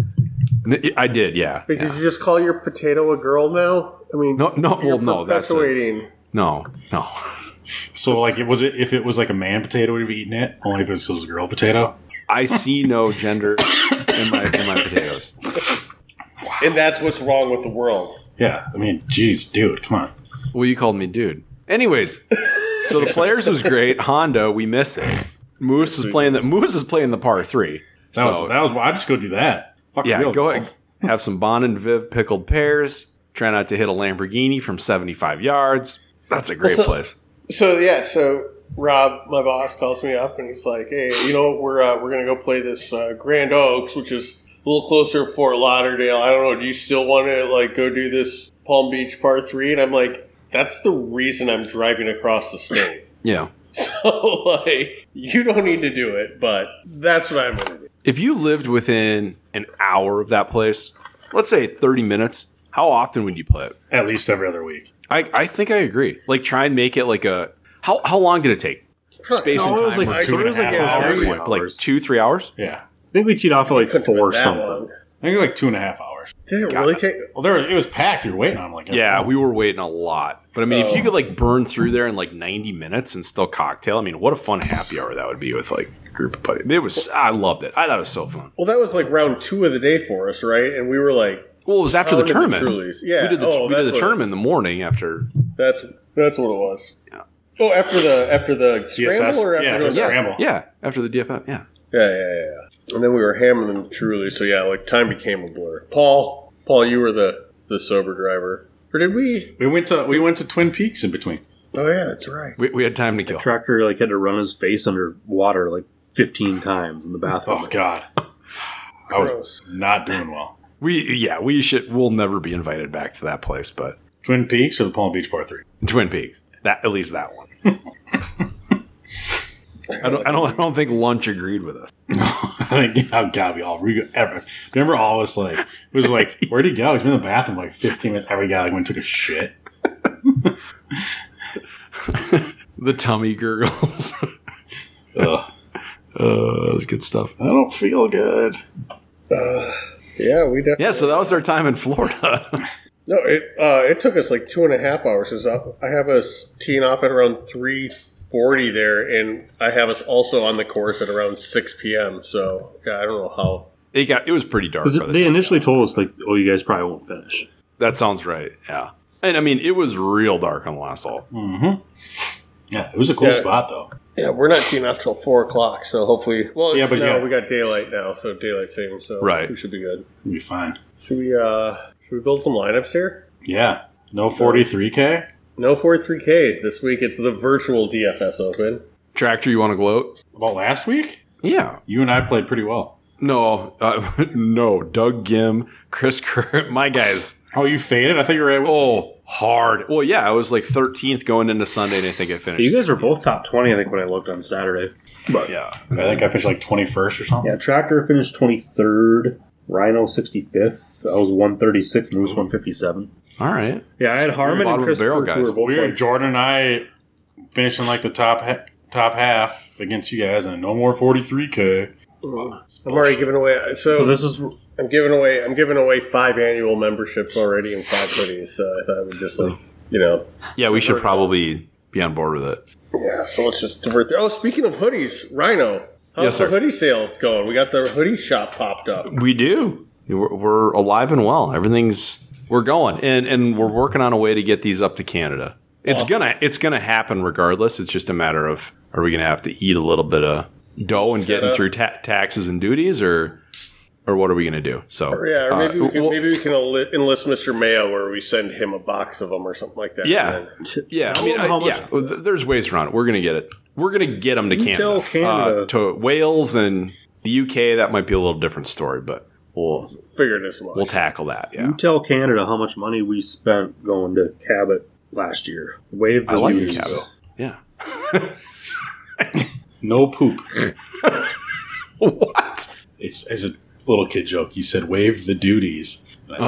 [SPEAKER 3] N- I did, yeah.
[SPEAKER 4] Wait, Did you just call your potato a girl now? I mean,
[SPEAKER 3] No, no,
[SPEAKER 4] you're
[SPEAKER 3] well, no, that's a,
[SPEAKER 4] perpetuating.
[SPEAKER 3] no, no.
[SPEAKER 2] So like, it was it if it was like a man potato, would have eaten it. Only if it was a girl potato.
[SPEAKER 3] I see no gender in my in my potatoes.
[SPEAKER 4] And that's what's wrong with the world.
[SPEAKER 2] Yeah, I mean, geez, dude, come on.
[SPEAKER 3] Well, you called me dude. Anyways, so the players was great. Honda, we miss it. Moose is playing the Moose is playing the par three.
[SPEAKER 2] That was that was. I just go do that. Fuck
[SPEAKER 3] yeah,
[SPEAKER 2] real
[SPEAKER 3] go
[SPEAKER 2] golf.
[SPEAKER 3] ahead. Have some Bon and Viv pickled pears. Try not to hit a Lamborghini from 75 yards. That's a great
[SPEAKER 4] Well, so-
[SPEAKER 3] place.
[SPEAKER 4] So yeah, so Rob, my boss, calls me up and he's like, "Hey, you know, we're uh, we're gonna go play this uh, Grand Oaks, which is a little closer to Fort Lauderdale. I don't know. Do you still want to like go do this Palm Beach Par Three? And I'm like, that's the reason I'm driving across the state.
[SPEAKER 3] Yeah.
[SPEAKER 4] so like, you don't need to do it, but that's what I'm gonna do.
[SPEAKER 3] If you lived within an hour of that place, let's say 30 minutes, how often would you play it?
[SPEAKER 2] At least every other week.
[SPEAKER 3] I, I think I agree. Like, try and make it like a. How, how long did it take? Space and
[SPEAKER 5] No, it
[SPEAKER 3] time.
[SPEAKER 5] was like
[SPEAKER 3] was
[SPEAKER 5] two
[SPEAKER 3] two,
[SPEAKER 5] and a half
[SPEAKER 4] Oh,
[SPEAKER 5] hours.
[SPEAKER 3] like, two, three hours?
[SPEAKER 2] Yeah.
[SPEAKER 5] I think we teed off at like
[SPEAKER 4] Couldn't have
[SPEAKER 5] four
[SPEAKER 4] been that
[SPEAKER 5] something.
[SPEAKER 4] long.
[SPEAKER 2] I think it was like two and a half hours.
[SPEAKER 4] Did it really take?
[SPEAKER 2] Well, there it was packed. You're waiting. I'm like,
[SPEAKER 3] Yeah,
[SPEAKER 2] oh.
[SPEAKER 3] we were waiting a lot. But I mean, if you
[SPEAKER 4] Oh.
[SPEAKER 3] could like burn through there in like 90 minutes and still cocktail, I mean, what a fun happy hour that would be with like a group of buddies. It was, I loved it. I thought it was so fun.
[SPEAKER 4] Well, that was like round two of the day for us, right? And we were like "Oh,
[SPEAKER 3] Well, it was after
[SPEAKER 4] down
[SPEAKER 3] the
[SPEAKER 4] in
[SPEAKER 3] tournament.
[SPEAKER 4] Trulies. Yeah,
[SPEAKER 3] we did the,
[SPEAKER 4] oh,
[SPEAKER 3] we did
[SPEAKER 4] that's
[SPEAKER 3] the
[SPEAKER 4] what it
[SPEAKER 3] tournament
[SPEAKER 4] was.
[SPEAKER 3] in the morning after.
[SPEAKER 4] That's that's what it was. Oh, after the after the scramble or after
[SPEAKER 2] yeah,
[SPEAKER 4] the
[SPEAKER 2] after scramble.
[SPEAKER 3] Yeah, after the DFF. Yeah.
[SPEAKER 4] Yeah, yeah, yeah, yeah. And then we were hammering them truly. So yeah, like time became a blur. Paul, Paul, you were the the sober driver, or did we?
[SPEAKER 2] We went to we went to Twin Peaks in between.
[SPEAKER 4] Oh yeah, that's right.
[SPEAKER 3] We, we had time to kill.
[SPEAKER 5] Tractor like had to run his face under water like fifteen times in the bathroom.
[SPEAKER 2] Oh God, I was not doing well.
[SPEAKER 3] We yeah, we should. We'll never be invited back to that place, but
[SPEAKER 2] Twin Peaks or the Palm Beach Par Three?
[SPEAKER 3] Twin Peaks. That at least that one. I don't. I don't. I don't think lunch agreed with us.
[SPEAKER 2] I think oh God, we all we ever remember all was like it was like where'd he go? He's been in the bathroom like fifteen minutes. Every guy like went and took a shit.
[SPEAKER 3] The tummy gurgles. uh,
[SPEAKER 2] Ugh.
[SPEAKER 3] that was good stuff.
[SPEAKER 2] I don't feel good.
[SPEAKER 4] uh, Yeah, we definitely.
[SPEAKER 3] Yeah. So that was our time in Florida.
[SPEAKER 4] No, it uh, it took us like two and a half hours. 'cause I I have us teeing off at around three forty there, and I have us also on the course at around six p.m. So yeah, I don't know how.
[SPEAKER 3] it got. It was pretty dark.
[SPEAKER 5] 'Cause
[SPEAKER 3] by the
[SPEAKER 5] they
[SPEAKER 3] time-
[SPEAKER 5] initially told us like, "Oh, you guys probably won't finish."
[SPEAKER 3] that sounds right. Yeah. And I mean, it was real dark on the last hole.
[SPEAKER 2] Mm-hmm. Yeah, it was a cool
[SPEAKER 4] Yeah.
[SPEAKER 2] spot though.
[SPEAKER 4] Yeah, we're not teeing off till four o'clock, so hopefully. Well,
[SPEAKER 2] Yeah,
[SPEAKER 4] it's
[SPEAKER 2] but
[SPEAKER 4] now,
[SPEAKER 2] yeah.
[SPEAKER 4] we got daylight now, so daylight savings, so
[SPEAKER 3] Right.
[SPEAKER 4] we should be good.
[SPEAKER 2] It'd be fine.
[SPEAKER 4] Should we uh should we build some lineups here?
[SPEAKER 2] Yeah, no forty three k.
[SPEAKER 4] No 43K this week. It's the virtual DFS Open.
[SPEAKER 3] Tractor, you want to gloat?
[SPEAKER 2] About last week,
[SPEAKER 3] Yeah.
[SPEAKER 2] you and I played pretty well.
[SPEAKER 3] No. Uh, no. Doug Gim, Chris Kerr, my guys.
[SPEAKER 2] Oh, you faded. I think you were. At,
[SPEAKER 3] Oh, hard. Well, yeah, I was like 13th going into Sunday, and I think I finished.
[SPEAKER 5] You guys were both top twenty, I think, when I looked on Saturday.
[SPEAKER 3] yeah.
[SPEAKER 2] I think I finished like twenty first or something.
[SPEAKER 5] Yeah, Tractor finished twenty third. Rhino sixty fifth. I was one thirty six. Moose one fifty seven.
[SPEAKER 3] All right.
[SPEAKER 5] Yeah, I had Harmon
[SPEAKER 3] bottom of
[SPEAKER 5] and
[SPEAKER 3] the
[SPEAKER 5] Chris
[SPEAKER 3] barrel,
[SPEAKER 5] Kirk, who
[SPEAKER 3] guys.
[SPEAKER 5] were both
[SPEAKER 2] We were
[SPEAKER 5] like-
[SPEAKER 2] Jordan and I finishing like the top ha- top half against you guys, and no more forty three k.
[SPEAKER 4] I'm already giving away. So,
[SPEAKER 5] so this is
[SPEAKER 4] I'm giving away. I'm giving away five annual memberships already and five hoodies. So I thought I would just like you know.
[SPEAKER 3] Yeah, we should probably be on board with it.
[SPEAKER 4] Yeah. So let's just divert. There. Oh, speaking of hoodies, Rhino. How's
[SPEAKER 3] Yes,
[SPEAKER 4] the
[SPEAKER 3] sir.
[SPEAKER 4] hoodie sale going? We got the hoodie shop popped
[SPEAKER 2] Uh,
[SPEAKER 4] up.
[SPEAKER 3] We do. We're, we're alive and well. Everything's we're going, and and we're working on a way to get these up to Canada. It's gonna it's gonna happen regardless. It's just a matter of are we gonna have to eat a little bit of dough and getting
[SPEAKER 4] up.
[SPEAKER 3] through ta- taxes and duties, or or what are we gonna do? So
[SPEAKER 4] Yeah, or
[SPEAKER 3] uh,
[SPEAKER 4] maybe we can
[SPEAKER 3] we'll-
[SPEAKER 4] maybe we can enli- enlist Mr. Mayo, where we send him a box of them or something like that.
[SPEAKER 3] Yeah.
[SPEAKER 4] And then-
[SPEAKER 3] Yeah, I
[SPEAKER 5] Tell
[SPEAKER 3] mean,
[SPEAKER 5] them how
[SPEAKER 3] I,
[SPEAKER 5] much-
[SPEAKER 3] yeah, th- there's ways around it. We're gonna get it. We're gonna get them to Canada,
[SPEAKER 5] tell Canada.
[SPEAKER 3] Uh, to Wales and the UK. That might be a little different story, but we'll
[SPEAKER 4] figured as much.
[SPEAKER 3] we'll tackle that. Yeah,
[SPEAKER 5] You tell Canada how much money we spent going to Cabot last year. Wave
[SPEAKER 3] I
[SPEAKER 5] the
[SPEAKER 3] like
[SPEAKER 5] news.
[SPEAKER 3] Cabot. yeah.
[SPEAKER 2] No poop.
[SPEAKER 3] What?
[SPEAKER 2] It's, it's a little kid joke. You said waive the duties. And I said,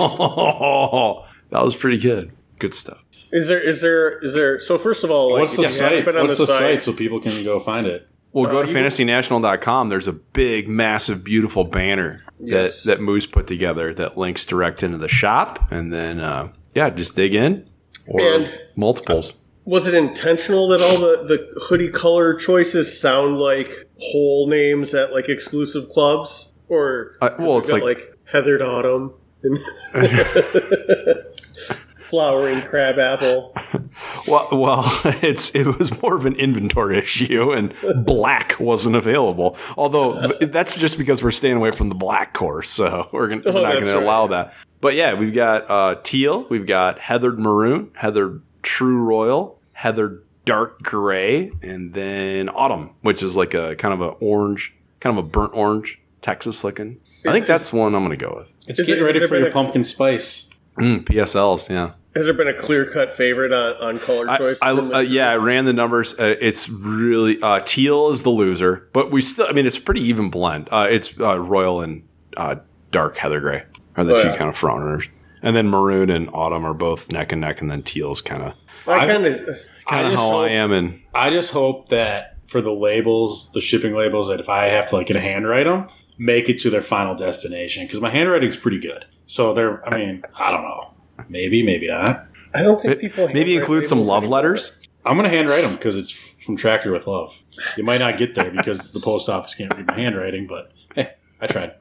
[SPEAKER 3] Oh, that was pretty good. Good stuff.
[SPEAKER 4] Is there is there is there? So first of all, like,
[SPEAKER 2] What's
[SPEAKER 4] if
[SPEAKER 2] the
[SPEAKER 4] you haven't
[SPEAKER 2] site?
[SPEAKER 4] been on
[SPEAKER 2] What's the site so people can go find it?
[SPEAKER 3] Well, go
[SPEAKER 4] Uh,
[SPEAKER 3] to
[SPEAKER 4] you can-
[SPEAKER 3] fantasynational.com. There's a big, massive, beautiful banner
[SPEAKER 4] Yes.
[SPEAKER 3] that, that Moose put together that links direct into the shop. And then, uh, yeah, just dig in or
[SPEAKER 4] And-
[SPEAKER 3] multiples.
[SPEAKER 4] Was it intentional that all the, the hoodie color choices sound like whole names at like exclusive clubs? Or
[SPEAKER 3] Uh, well, it's
[SPEAKER 4] got,
[SPEAKER 3] like,
[SPEAKER 4] like, Heathered Autumn and Flowering Crabapple.
[SPEAKER 3] Well, well, it's it was more of an inventory issue, and black wasn't available. Although that's just because we're staying away from the black course, so we're, gonna, we're
[SPEAKER 4] Oh,
[SPEAKER 3] not
[SPEAKER 4] that's
[SPEAKER 3] going to
[SPEAKER 4] right.
[SPEAKER 3] allow that. But yeah, we've got uh, teal, we've got heathered maroon, heathered true royal, heathered dark gray, and then autumn, which is like a kind of a orange, kind of a burnt orange. Texas Lickin'. I think that's one I'm going to go with.
[SPEAKER 2] It's
[SPEAKER 4] Is
[SPEAKER 2] getting
[SPEAKER 4] it-
[SPEAKER 2] ready
[SPEAKER 4] is it
[SPEAKER 2] for your
[SPEAKER 4] better-
[SPEAKER 2] pumpkin spice.
[SPEAKER 4] Hmm,
[SPEAKER 3] Mm, PSLs, yeah.
[SPEAKER 4] Has there been a clear cut favorite on, on color
[SPEAKER 3] I,
[SPEAKER 4] choice?
[SPEAKER 3] I,
[SPEAKER 4] from the-
[SPEAKER 3] uh, yeah, I ran the numbers. Uh, it's really uh, teal is the loser, but we still. I mean, it's a pretty even blend. Uh, it's uh, royal and uh, dark heather gray are the
[SPEAKER 4] Oh,
[SPEAKER 3] two
[SPEAKER 4] yeah.
[SPEAKER 3] kind of front runners, and then maroon and autumn are both neck and neck, and then teal's kind of
[SPEAKER 4] I
[SPEAKER 2] I-
[SPEAKER 4] kind of.
[SPEAKER 2] I
[SPEAKER 3] kind of
[SPEAKER 2] just
[SPEAKER 3] how I
[SPEAKER 2] hope-
[SPEAKER 3] am. And
[SPEAKER 2] I just hope that for the labels, the shipping labels, that if I have to like handwrite them, make it to their final destination because my handwriting's pretty good. So they're. I mean, I don't know. Maybe, maybe not.
[SPEAKER 4] I don't think people
[SPEAKER 3] maybe
[SPEAKER 4] handwrite
[SPEAKER 3] include some
[SPEAKER 4] labels
[SPEAKER 3] love
[SPEAKER 4] anymore.
[SPEAKER 3] letters.
[SPEAKER 2] I'm gonna handwrite them because it's from Tractor with Love. You might not get there because the post office can't read my handwriting, but hey, I tried.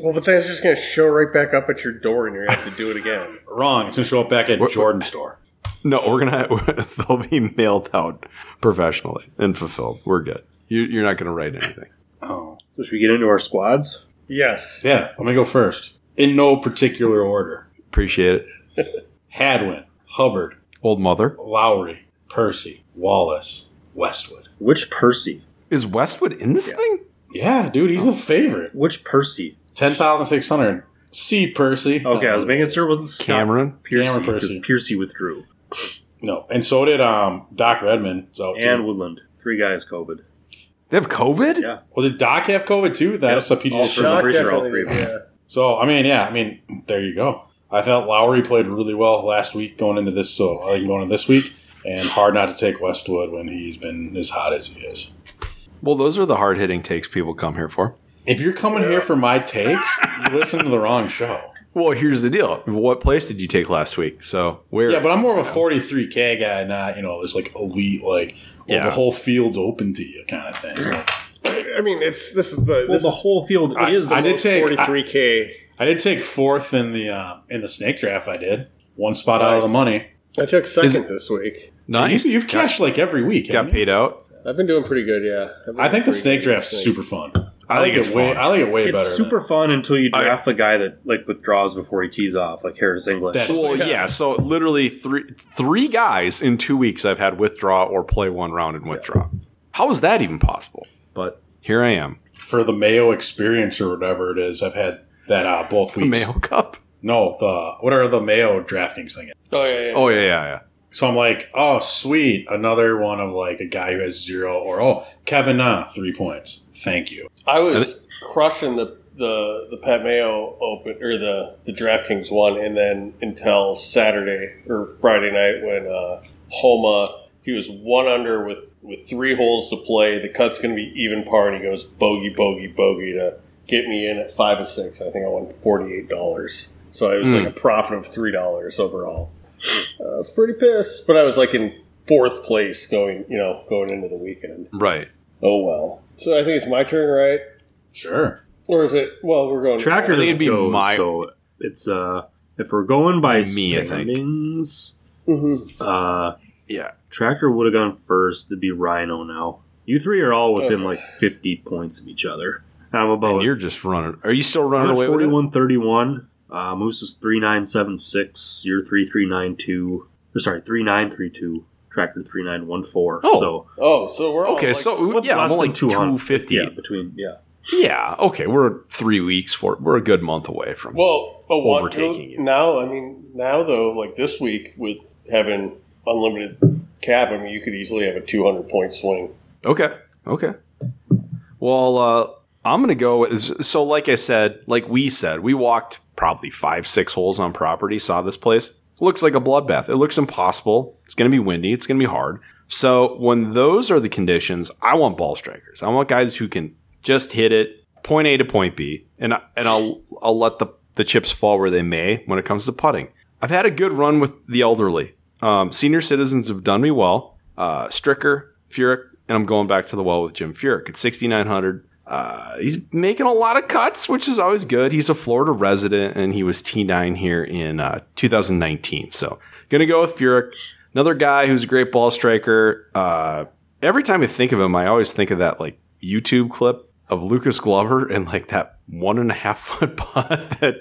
[SPEAKER 4] Well, but then it's just going to show right back up at your door, and you're going to have to do it again.
[SPEAKER 2] Wrong. It's gonna show up back at
[SPEAKER 3] What-
[SPEAKER 2] Jordan store.
[SPEAKER 3] No, we're gonna. They'll be mailed out professionally and fulfilled. We're good. You, you're not gonna write anything.
[SPEAKER 2] Oh,
[SPEAKER 5] So should we get into our squads?
[SPEAKER 4] Yes.
[SPEAKER 2] yeah. Let me go first in no particular order.
[SPEAKER 3] Appreciate it.
[SPEAKER 2] Hadwin, Hubbard,
[SPEAKER 3] Old mother
[SPEAKER 2] Lowry, Percy, Wallace, Westwood.
[SPEAKER 5] Which Percy?
[SPEAKER 3] is Westwood in this thing?
[SPEAKER 2] Yeah, dude, he's a favorite.
[SPEAKER 5] Which Percy?
[SPEAKER 2] Ten thousand six hundred. C Percy. Uh,
[SPEAKER 5] Okay, I was making sure it wasn't Scott
[SPEAKER 3] Cameron.
[SPEAKER 5] Piercy
[SPEAKER 2] Cameron
[SPEAKER 5] because
[SPEAKER 2] Percy.
[SPEAKER 5] Piercy withdrew
[SPEAKER 2] No, and so did um Doc Redman. So
[SPEAKER 5] and
[SPEAKER 2] dude.
[SPEAKER 5] Woodland. Three guys COVID.
[SPEAKER 3] They have COVID.
[SPEAKER 5] Yeah.
[SPEAKER 2] well, did Doc have COVID too? That's a PG.
[SPEAKER 5] All
[SPEAKER 2] just-
[SPEAKER 5] three. I'm pretty sure all
[SPEAKER 4] definitely,
[SPEAKER 5] three of
[SPEAKER 4] yeah.
[SPEAKER 2] So I mean, yeah, I mean, there you go. I thought Lowry played really well last week going into this, so I like him going into this week. And hard not to take Westwood when he's been as hot as he is.
[SPEAKER 3] Well, those are the hard hitting takes people come here for.
[SPEAKER 2] If you're coming here for my takes, you listen to the wrong show.
[SPEAKER 3] Well, here's the deal. What place did you take last week? So where?
[SPEAKER 2] Yeah, but I'm more of a 43k guy, not you know this like elite like well,
[SPEAKER 3] Yeah.
[SPEAKER 2] the whole field's open to you kind of thing. Like,
[SPEAKER 4] I mean, it's this is the
[SPEAKER 5] Well,
[SPEAKER 4] this
[SPEAKER 5] the whole field
[SPEAKER 2] I-
[SPEAKER 5] is.
[SPEAKER 2] I did take
[SPEAKER 4] forty three k.
[SPEAKER 2] I did take fourth in the uh, in the snake draft. I did one spot out of the
[SPEAKER 4] Nice.
[SPEAKER 2] money.
[SPEAKER 4] I took second
[SPEAKER 3] Is-
[SPEAKER 4] this week.
[SPEAKER 3] nice.
[SPEAKER 2] You, have cashed like every week.
[SPEAKER 3] got,
[SPEAKER 2] haven't
[SPEAKER 3] got
[SPEAKER 2] you?
[SPEAKER 3] paid out.
[SPEAKER 4] I've been doing pretty good. Yeah, I've been
[SPEAKER 2] I think the
[SPEAKER 4] doing pretty
[SPEAKER 2] snake
[SPEAKER 4] good with
[SPEAKER 2] draft's
[SPEAKER 4] snakes.
[SPEAKER 2] super fun.
[SPEAKER 3] I
[SPEAKER 2] like
[SPEAKER 3] think it's
[SPEAKER 2] it way.
[SPEAKER 3] fun.
[SPEAKER 2] I like it way better.
[SPEAKER 5] It's
[SPEAKER 2] than-
[SPEAKER 5] super fun until you
[SPEAKER 3] I-
[SPEAKER 5] draft the guy that like withdraws before he tees off, like Harris English.
[SPEAKER 2] That's-
[SPEAKER 3] Well, yeah. So literally three three guys in two weeks I've had withdraw or play one round and withdraw. How is that even possible? But here I am.
[SPEAKER 2] for the Mayo experience or whatever it is. I've had that uh, both weeks.
[SPEAKER 3] Mail cup.
[SPEAKER 2] No, the what are the Mayo DraftKings thing?
[SPEAKER 4] Oh yeah, yeah.
[SPEAKER 3] Oh yeah, yeah, yeah.
[SPEAKER 2] So I'm like, oh sweet, another one of like a guy who has zero or oh Kevin Na three points. Thank you.
[SPEAKER 4] I was crushing the the the Pat Mayo open or the the DraftKings one, and then until Saturday or Friday night when uh, Homa he was one under with with three holes to play. The cut's going to be even par, and he goes bogey, bogey, bogey to get me in at five and six. I think I won forty eight dollars, so I was like a profit of three dollars overall. Uh, I was pretty pissed, but I was like in fourth place going you know going into the weekend.
[SPEAKER 3] Right.
[SPEAKER 4] Oh well. So I think it's my turn, right?
[SPEAKER 2] Sure.
[SPEAKER 4] Or is it? Well, we're going
[SPEAKER 5] Tracker
[SPEAKER 3] I think
[SPEAKER 5] just
[SPEAKER 3] it'd be
[SPEAKER 5] goes,
[SPEAKER 3] my-
[SPEAKER 5] so it's uh if we're going by
[SPEAKER 3] Me, I think.
[SPEAKER 5] standings,
[SPEAKER 4] Mhm.
[SPEAKER 5] uh
[SPEAKER 3] Yeah.
[SPEAKER 5] Tractor would have gone first. It'd be Rhino now. You three are all within
[SPEAKER 4] Okay.
[SPEAKER 5] like 50 points of each other. I'm about
[SPEAKER 3] And you're just running. Are you still running
[SPEAKER 5] I'm
[SPEAKER 3] away
[SPEAKER 5] at
[SPEAKER 3] with it?
[SPEAKER 5] 41 31. Uh, Moose is 3976. You're 3392. Or sorry, 3932. Tractor 3914.
[SPEAKER 3] Oh.
[SPEAKER 5] so
[SPEAKER 4] Oh, so we're all
[SPEAKER 3] Okay,
[SPEAKER 4] like-
[SPEAKER 3] so yeah, I'm
[SPEAKER 5] less than
[SPEAKER 3] only
[SPEAKER 5] 200.
[SPEAKER 3] two fifty.
[SPEAKER 5] yeah, between yeah.
[SPEAKER 3] Yeah. Okay. We're three weeks for. We're a good month away from.
[SPEAKER 4] well, a one,
[SPEAKER 3] Overtaking you.
[SPEAKER 4] now. I mean, now though, like this week with having unlimited cap, I mean, you could easily have a two hundred point swing.
[SPEAKER 3] Okay. Okay. Well, uh, I'm gonna go. With, so, like I said, like we said, we walked probably five, six holes on property. Saw this place. Looks like a bloodbath. It looks impossible. It's gonna be windy. It's gonna be hard. So, when those are the conditions, I want ball strikers. I want guys who can just hit it point A to point B, and I, and I'll I'll let the the chips fall where they may when it comes to putting. I've had a good run with the elderly. Um, senior citizens have done me well. Uh, Stricker, Furyk, and I'm going back to the well with Jim Furyk at 6,900. Uh, he's making a lot of cuts, which is always good. He's a Florida resident, and he was T9 here in uh, 2019. So, going to go with Furyk. Another guy who's a great ball striker. Uh, every time I think of him, I always think of that like YouTube clip of Lucas Glover and like that one and a half foot putt that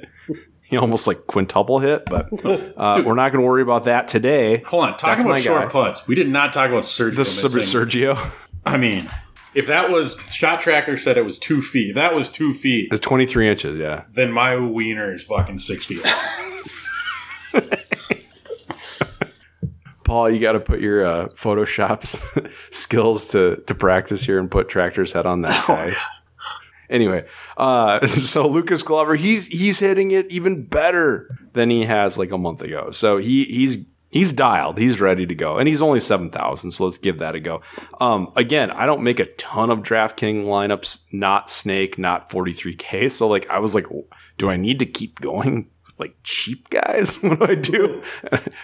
[SPEAKER 3] he almost like quintuple hit. But uh, we're not going to worry about that today.
[SPEAKER 2] Hold on.
[SPEAKER 3] That's
[SPEAKER 2] Talking about
[SPEAKER 3] my
[SPEAKER 2] short
[SPEAKER 3] guy.
[SPEAKER 2] putts, we did not talk about Sergio.
[SPEAKER 3] The sub-
[SPEAKER 2] missing-
[SPEAKER 3] Sergio,
[SPEAKER 2] I mean, If that was shot tracker said it was two feet. If that was two feet,
[SPEAKER 3] It's 23 inches, yeah.
[SPEAKER 2] then my wiener is fucking six feet.
[SPEAKER 3] Paul, you got to put your uh, Photoshop's skills to, to practice here and put Tractor's head on that guy. anyway, uh, so Lucas Glover, he's he's hitting it even better than he has like a month ago. So he he's he's dialed, he's ready to go, and he's only seven thousand. So let's give that a go. Um, again, I don't make a ton of DraftKings lineups, not Snake, not forty three K. So like I was like, do I need to keep going? with, Like cheap guys, what do I do?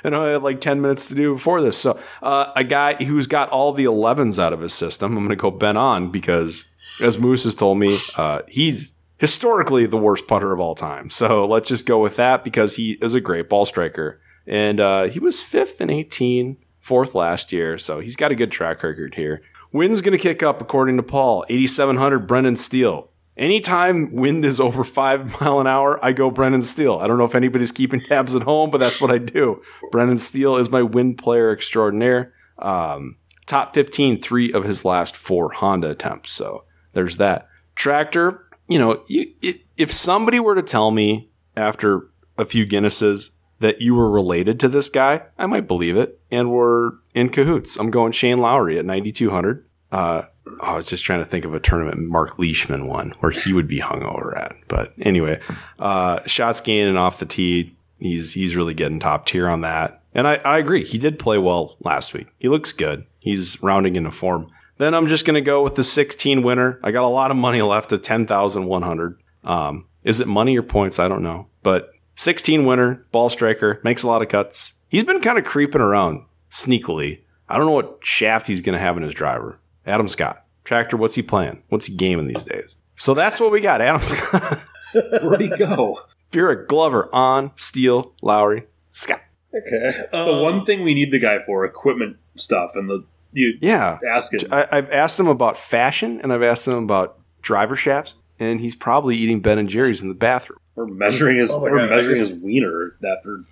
[SPEAKER 3] and I had like ten minutes to do before this. So uh, a guy who's got all the 11s out of his system. I'm going to go Ben on because as Moose has told me, uh, he's historically the worst putter of all time. So let's just go with that because he is a great ball striker. And uh, he was fifth in 18, fourth last year. So he's got a good track record here. Wind's going to kick up, according to Paul. 8,700 Brendan Steele. Anytime wind is over five mile an hour, I go Brendan Steele. I don't know if anybody's keeping tabs at home, but that's what I do. Brendan Steele is my wind player extraordinaire. Um, top 15, three of his last four Honda attempts. So there's that. Tractor, you know, you, it, if somebody were to tell me after a few Guinnesses that you were related to this guy, I might believe it. And we're in cahoots. I'm going Shane Lowry at 9,200. Uh, I was just trying to think of a tournament Mark Leishman won where he would be hungover at. But anyway, uh, shots gained and off the tee, he's he's really getting top tier on that. And I, I agree, he did play well last week. He looks good. He's rounding into form. Then I'm just gonna go with the 16 winner. I got a lot of money left at 10,100. Um, is it money or points? I don't know, but 16 winner ball striker makes a lot of cuts. He's been kind of creeping around sneakily. I don't know what shaft he's gonna have in his driver. Adam Scott. Tractor, what's he playing? What's he gaming these days? So that's what we got, Adam Scott.
[SPEAKER 5] Where'd he go?
[SPEAKER 3] Furyk, Glover, On, Steele, Lowry, Scott.
[SPEAKER 4] Okay.
[SPEAKER 3] Uh,
[SPEAKER 5] The
[SPEAKER 4] um,
[SPEAKER 5] one thing we need the guy for equipment stuff, and the you
[SPEAKER 3] Yeah.
[SPEAKER 5] ask it.
[SPEAKER 3] I, I've asked him about fashion and I've asked him about driver shafts, and he's probably eating Ben and Jerry's in the bathroom.
[SPEAKER 5] We're measuring his
[SPEAKER 4] Oh my
[SPEAKER 5] we're
[SPEAKER 4] God, I
[SPEAKER 5] measuring
[SPEAKER 4] just-
[SPEAKER 5] his wiener after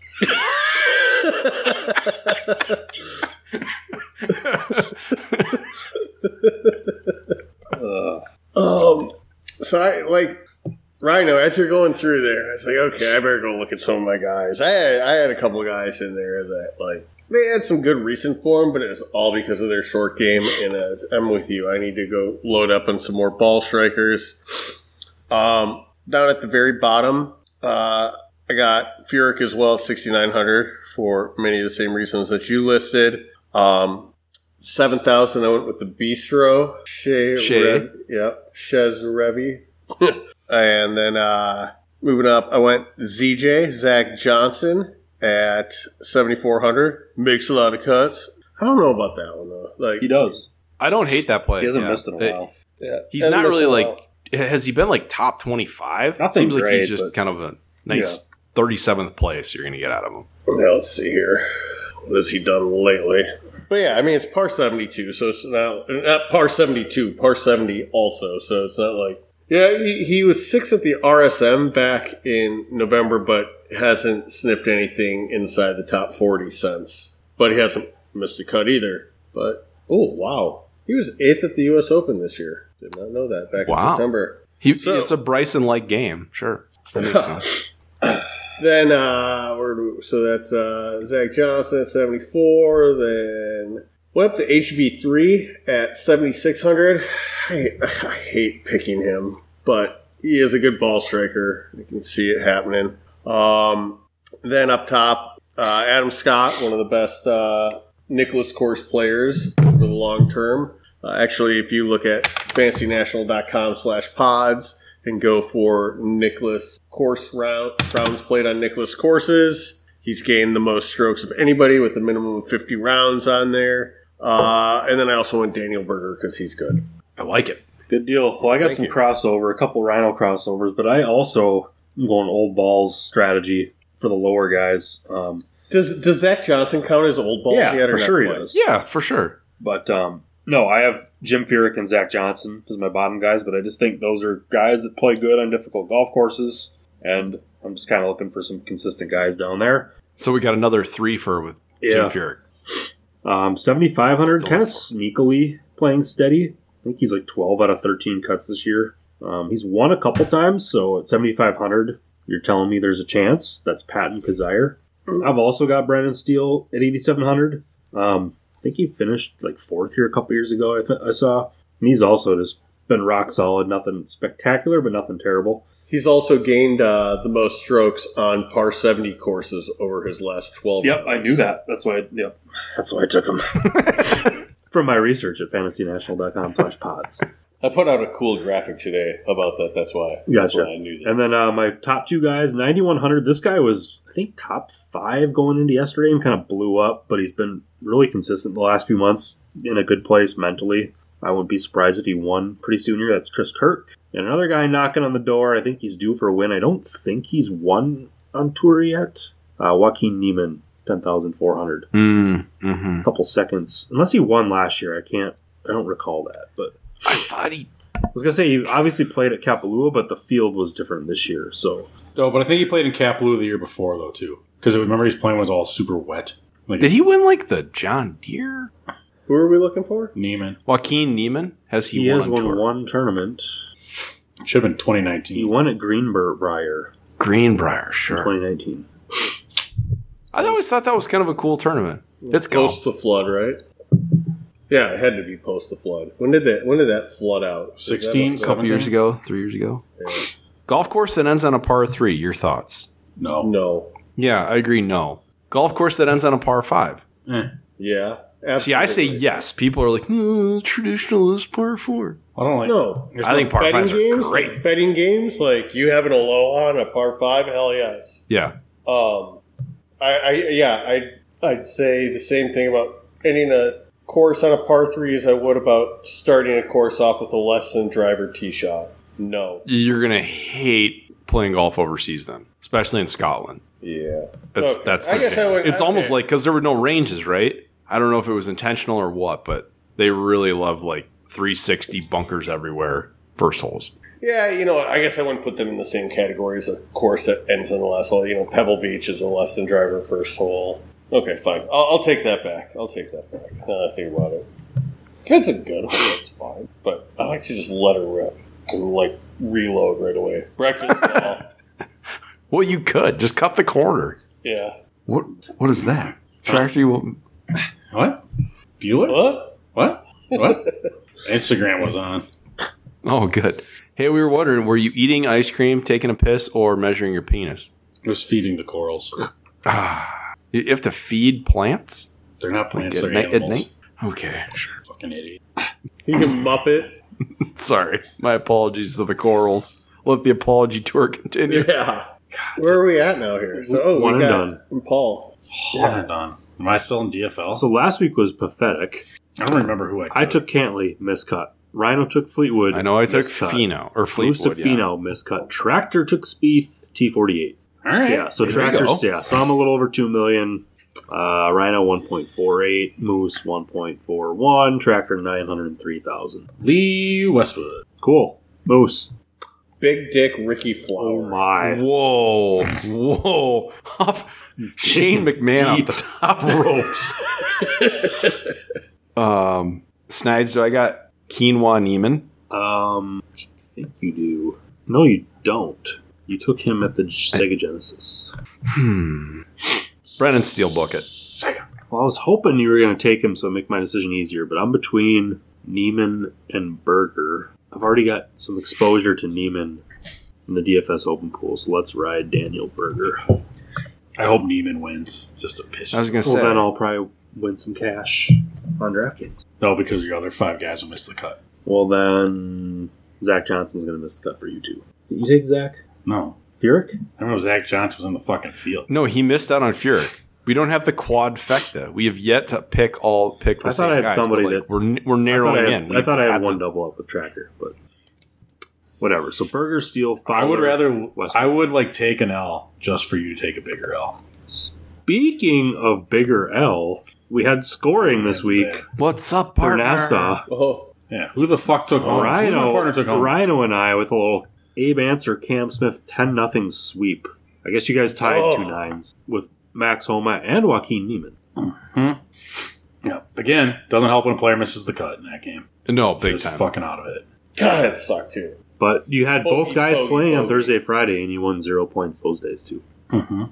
[SPEAKER 5] uh,
[SPEAKER 4] Um, so I like Rhino as you're going through there. I was like, okay, I better go look at some of my guys. I had, I had a couple of guys in there that like they had some good recent form, but it was all because of their short game. And as I'm with you, I need to go load up on some more ball strikers. Um, down at the very bottom, uh, I got Furyk as well, 6,900 for many of the same reasons that you listed. Um, 7,000, I went with the Bistro. Shea.
[SPEAKER 3] Shea.
[SPEAKER 4] Rev- yep. Shez Revi. and then uh, moving up, I went ZJ, Zach Johnson at 7,400. Makes a lot of cuts. I don't know about that one, though. Like,
[SPEAKER 5] he does.
[SPEAKER 3] I don't hate that play.
[SPEAKER 5] He hasn't
[SPEAKER 3] Yeah.
[SPEAKER 5] missed in a
[SPEAKER 3] Uh,
[SPEAKER 5] while.
[SPEAKER 4] yeah.
[SPEAKER 3] He's
[SPEAKER 4] That
[SPEAKER 3] not
[SPEAKER 4] was
[SPEAKER 3] really
[SPEAKER 4] a
[SPEAKER 3] like,
[SPEAKER 4] lot.
[SPEAKER 3] has he been like top 25?
[SPEAKER 5] Nothing
[SPEAKER 3] Seems like
[SPEAKER 5] great,
[SPEAKER 3] he's just
[SPEAKER 5] but-
[SPEAKER 3] kind of a nice 37th place you're going to get out of him.
[SPEAKER 4] Now, let's see here. What has he done lately? But yeah, I mean it's par seventy two, so it's not not par seventy two, par seventy also. So it's not like yeah, he, he was six at the RSM back in November, but hasn't sniffed anything inside the top forty since. But he hasn't missed a cut either. But oh wow, he was eighth at the U.S. Open this year. Did not know that back in
[SPEAKER 3] Wow.
[SPEAKER 4] September.
[SPEAKER 3] He,
[SPEAKER 4] So-
[SPEAKER 3] it's a Bryson like game. Sure. That makes sense.
[SPEAKER 4] Then uh, where do we, so that's uh, Zach Johnson seventy four. Then went up to HV three at seventy six hundred. I, I hate picking him, but he is a good ball striker. You can see it happening. Um, then up top, uh, Adam Scott, one of the best uh, Nicholas course players over the long term. Uh, actually, if you look at fantasynational.com slash pods and go for Nicholas course round, rounds played on Nicholas courses, he's gained the most strokes of anybody with a minimum of 50 rounds on there. Uh, and then I also went Daniel Berger because he's good.
[SPEAKER 3] I like it.
[SPEAKER 5] Good deal. Well, I got
[SPEAKER 3] Thank
[SPEAKER 5] some
[SPEAKER 3] you.
[SPEAKER 5] crossover, a couple Rhino crossovers, but I also am going old balls strategy for the lower guys. Um,
[SPEAKER 4] Does does Zach Johnson count as old balls
[SPEAKER 5] yeah,
[SPEAKER 4] yet or
[SPEAKER 5] for
[SPEAKER 4] not
[SPEAKER 5] sure he
[SPEAKER 4] quite?
[SPEAKER 5] does.
[SPEAKER 3] Yeah, for sure.
[SPEAKER 5] But um, no, I have Jim Furyk and Zach Johnson as my bottom guys, but I just think those are guys that play good on difficult golf courses, and I'm just kind of looking for some consistent guys down there.
[SPEAKER 3] So we got another three for with Jim
[SPEAKER 5] Yeah.
[SPEAKER 3] Furyk.
[SPEAKER 5] Um, 7,500,
[SPEAKER 3] Still-
[SPEAKER 5] kind of sneakily playing steady. I think he's like 12 out of 13 cuts this year. Um, he's won a couple times, so at 7,500, you're telling me there's a chance. That's Patton Kazire. I've also got Brandon Steele at 8,700. Um, I think he finished like fourth here a couple years ago, I, th- I saw. And he's also just been rock solid. Nothing spectacular, but nothing terrible.
[SPEAKER 4] He's also gained uh, the most strokes on par 70 courses over his last 12
[SPEAKER 2] Yep, I knew that. That's why. I, yep.
[SPEAKER 5] That's why I took him. From my research at fantasynational.com slash pods.
[SPEAKER 4] I put out a cool graphic today about that. That's why. That's
[SPEAKER 5] Gotcha.
[SPEAKER 4] why I knew that.
[SPEAKER 5] And then uh, my top two guys, 9100. This guy was, I think, top five going into yesterday and kind of blew up, but he's been really consistent the last few months in a good place mentally. I wouldn't be surprised if he won pretty soon here. That's Chris Kirk. And another guy knocking on the door. I think he's due for a win. I don't think he's won on tour yet. Uh, Joaquin Neiman, 10,400.
[SPEAKER 3] Mm, hmm
[SPEAKER 5] A couple seconds. Unless he won last year. I can't, I don't recall that, but.
[SPEAKER 3] I thought he.
[SPEAKER 5] I was gonna say he obviously played at Kapalua, but the field was different this year. So
[SPEAKER 2] No, but I think he played in Kapalua the year before though too, because remember his playing was all super wet. Like
[SPEAKER 3] Did he win like the John Deere?
[SPEAKER 4] Who are we looking for?
[SPEAKER 2] Neiman
[SPEAKER 3] Joaquin Neiman? Has he,
[SPEAKER 5] he
[SPEAKER 3] won
[SPEAKER 5] has
[SPEAKER 3] on
[SPEAKER 5] won
[SPEAKER 3] tour?
[SPEAKER 5] one tournament.
[SPEAKER 2] should have been
[SPEAKER 5] He
[SPEAKER 2] 2019.
[SPEAKER 5] won at Greenbrier
[SPEAKER 3] Greenbrier, sure.
[SPEAKER 5] 2019.
[SPEAKER 3] I always thought that was kind of a cool tournament. Let's go.
[SPEAKER 4] Post the flood, right? Yeah, it had to be post the flood. When did that? When did that flood out? Is that a
[SPEAKER 2] 16?
[SPEAKER 3] A
[SPEAKER 4] flood?
[SPEAKER 3] couple years ago, three years ago. Golf course that ends on a par three. Your thoughts?
[SPEAKER 2] No.
[SPEAKER 4] No.
[SPEAKER 3] Yeah, I agree. No. Golf course that ends on a par five.
[SPEAKER 2] Eh.
[SPEAKER 4] Yeah.
[SPEAKER 3] See, I say
[SPEAKER 4] absolutely.
[SPEAKER 3] yes. People are like, "Uh, traditional is par four.
[SPEAKER 2] I don't like.
[SPEAKER 4] No.
[SPEAKER 2] There's
[SPEAKER 3] I
[SPEAKER 2] no-
[SPEAKER 3] think par
[SPEAKER 4] betting
[SPEAKER 3] fives are
[SPEAKER 4] games,
[SPEAKER 3] great.
[SPEAKER 4] betting games like you have an Aloha and a par five. Hell yes.
[SPEAKER 3] Yeah.
[SPEAKER 4] Um, I, I yeah, I I'd say the same thing about ending a course on a par three as I would about starting a course off with a less than driver tee shot. No.
[SPEAKER 3] You're gonna hate playing golf overseas then, especially in Scotland.
[SPEAKER 4] Yeah.
[SPEAKER 3] That's
[SPEAKER 4] Okay.
[SPEAKER 3] that's.
[SPEAKER 4] I
[SPEAKER 3] The
[SPEAKER 4] guess
[SPEAKER 3] thing.
[SPEAKER 4] I would-
[SPEAKER 3] it's
[SPEAKER 4] okay.
[SPEAKER 3] almost like because there were no ranges, right? I don't know if it was intentional or what, but they really love like 360 bunkers everywhere, first holes.
[SPEAKER 4] Yeah, you know, what, I guess I wouldn't put them in the same category as a course that ends on the last hole. You know, Pebble Beach is a less than driver first hole. Okay, fine. I'll, I'll take that back. I'll take that back. Now that I think about it. If it's a good hole, it's fine. But I like to just let her rip and, like, reload right away. Breakfast ball.
[SPEAKER 3] Well, you could just cut the corner.
[SPEAKER 4] Yeah.
[SPEAKER 3] What what is that? Tractor will
[SPEAKER 2] What? Bueller?
[SPEAKER 4] What?
[SPEAKER 2] What? What? Instagram was on.
[SPEAKER 3] Oh, good. Hey, we were wondering, were you eating ice cream, taking a piss, or measuring your penis?
[SPEAKER 2] It was feeding the corals.
[SPEAKER 3] Ah, you have to feed plants
[SPEAKER 2] They're not plants.
[SPEAKER 3] at
[SPEAKER 2] They're
[SPEAKER 3] night. At
[SPEAKER 2] animals.
[SPEAKER 3] night? Okay,
[SPEAKER 2] Fucking idiot.
[SPEAKER 4] You can muppet.
[SPEAKER 3] sorry. My apologies to the corals. Let the apology tour continue.
[SPEAKER 4] Yeah. Where are we at now here? So, oh,
[SPEAKER 5] One
[SPEAKER 4] we
[SPEAKER 5] and
[SPEAKER 4] got Paul.
[SPEAKER 2] Hold on. Am I still in DFL?
[SPEAKER 5] So last week was pathetic.
[SPEAKER 2] I don't remember who I took.
[SPEAKER 5] I took Cantley, miscut. Rhino took Fleetwood.
[SPEAKER 3] I know I took
[SPEAKER 5] miscut.
[SPEAKER 3] Fino or
[SPEAKER 5] Moose took
[SPEAKER 3] Fleetwood. yeah.
[SPEAKER 5] Fino, miscut. Tractor took Spieth, T48.
[SPEAKER 2] All right.
[SPEAKER 5] Yeah, so
[SPEAKER 3] There you
[SPEAKER 5] tractors.
[SPEAKER 3] go.
[SPEAKER 5] Yeah, so I'm a little over two million. Uh, Rhino 1.48, Moose 1.41, Tractor 903,000.
[SPEAKER 2] Lee Westwood.
[SPEAKER 5] Cool. Moose.
[SPEAKER 4] Big Dick Ricky
[SPEAKER 5] Oh
[SPEAKER 4] Flower.
[SPEAKER 5] my.
[SPEAKER 3] Whoa, whoa! Off Shane McMahon off
[SPEAKER 2] Deep.
[SPEAKER 3] the top ropes. um, Snides, do I got Quinoa Neiman?
[SPEAKER 5] Um, I think you do. No, you don't. You took him at the Sega Genesis.
[SPEAKER 3] Hmm. Brennan Steel Bucket.
[SPEAKER 5] Well, I was hoping you were going to take him so it'd make my decision easier, but I'm between Neiman and Berger. I've already got some exposure to Neiman in the DFS Open Pool, so let's ride Daniel Berger.
[SPEAKER 2] I hope Neiman wins. Just a piss.
[SPEAKER 3] I was gonna
[SPEAKER 5] Well,
[SPEAKER 3] say.
[SPEAKER 5] then I'll probably win some cash on DraftKings.
[SPEAKER 2] no, because your other five guys will miss the cut.
[SPEAKER 5] Well, then Zach Johnson's going to miss the cut for you, too. Did you take Zach?
[SPEAKER 2] No.
[SPEAKER 5] Furyk?
[SPEAKER 2] I don't know if Zach Johnson was in the fucking field.
[SPEAKER 3] no, he missed out on Furyk. We don't have the quadfecta. We have yet to pick all pick. The
[SPEAKER 5] I thought
[SPEAKER 3] same
[SPEAKER 5] I had
[SPEAKER 3] guys,
[SPEAKER 5] somebody
[SPEAKER 3] but, like,
[SPEAKER 5] that-
[SPEAKER 3] we're n- we're
[SPEAKER 5] I thought
[SPEAKER 3] narrowing
[SPEAKER 5] I had,
[SPEAKER 3] in.
[SPEAKER 5] I
[SPEAKER 3] We've
[SPEAKER 5] thought I had
[SPEAKER 3] got
[SPEAKER 5] one
[SPEAKER 3] them.
[SPEAKER 5] double up with Tracker, but whatever. So Burger Steel.
[SPEAKER 2] I would
[SPEAKER 5] Fowler,
[SPEAKER 2] rather.
[SPEAKER 5] West-
[SPEAKER 2] I would like take an L just for you to take a bigger L.
[SPEAKER 5] Speaking of bigger L, we had scoring this
[SPEAKER 2] That's
[SPEAKER 5] week
[SPEAKER 2] bad.
[SPEAKER 3] What's up,
[SPEAKER 5] for
[SPEAKER 3] partner?
[SPEAKER 5] NASA.
[SPEAKER 4] Oh,
[SPEAKER 2] Yeah. Who the fuck took home? Oh, Who my partner took
[SPEAKER 5] Rhino,
[SPEAKER 2] home?
[SPEAKER 5] Rhino, and I with a little Abe Answer, Cam Smith, ten nothing sweep. I guess you guys tied
[SPEAKER 4] Oh.
[SPEAKER 5] two nines with Max Homa and Joaquin Neiman.
[SPEAKER 2] Yeah. Again, doesn't help when a player misses the cut in that game.
[SPEAKER 3] No, big
[SPEAKER 2] just
[SPEAKER 3] time.
[SPEAKER 2] fucking out of it.
[SPEAKER 4] God, it sucked too.
[SPEAKER 5] But you had
[SPEAKER 4] Bogey,
[SPEAKER 5] both guys
[SPEAKER 4] bogey,
[SPEAKER 5] playing on
[SPEAKER 4] bogey.
[SPEAKER 5] Thursday, Friday, and you won zero points those days too.
[SPEAKER 2] Mm-hmm.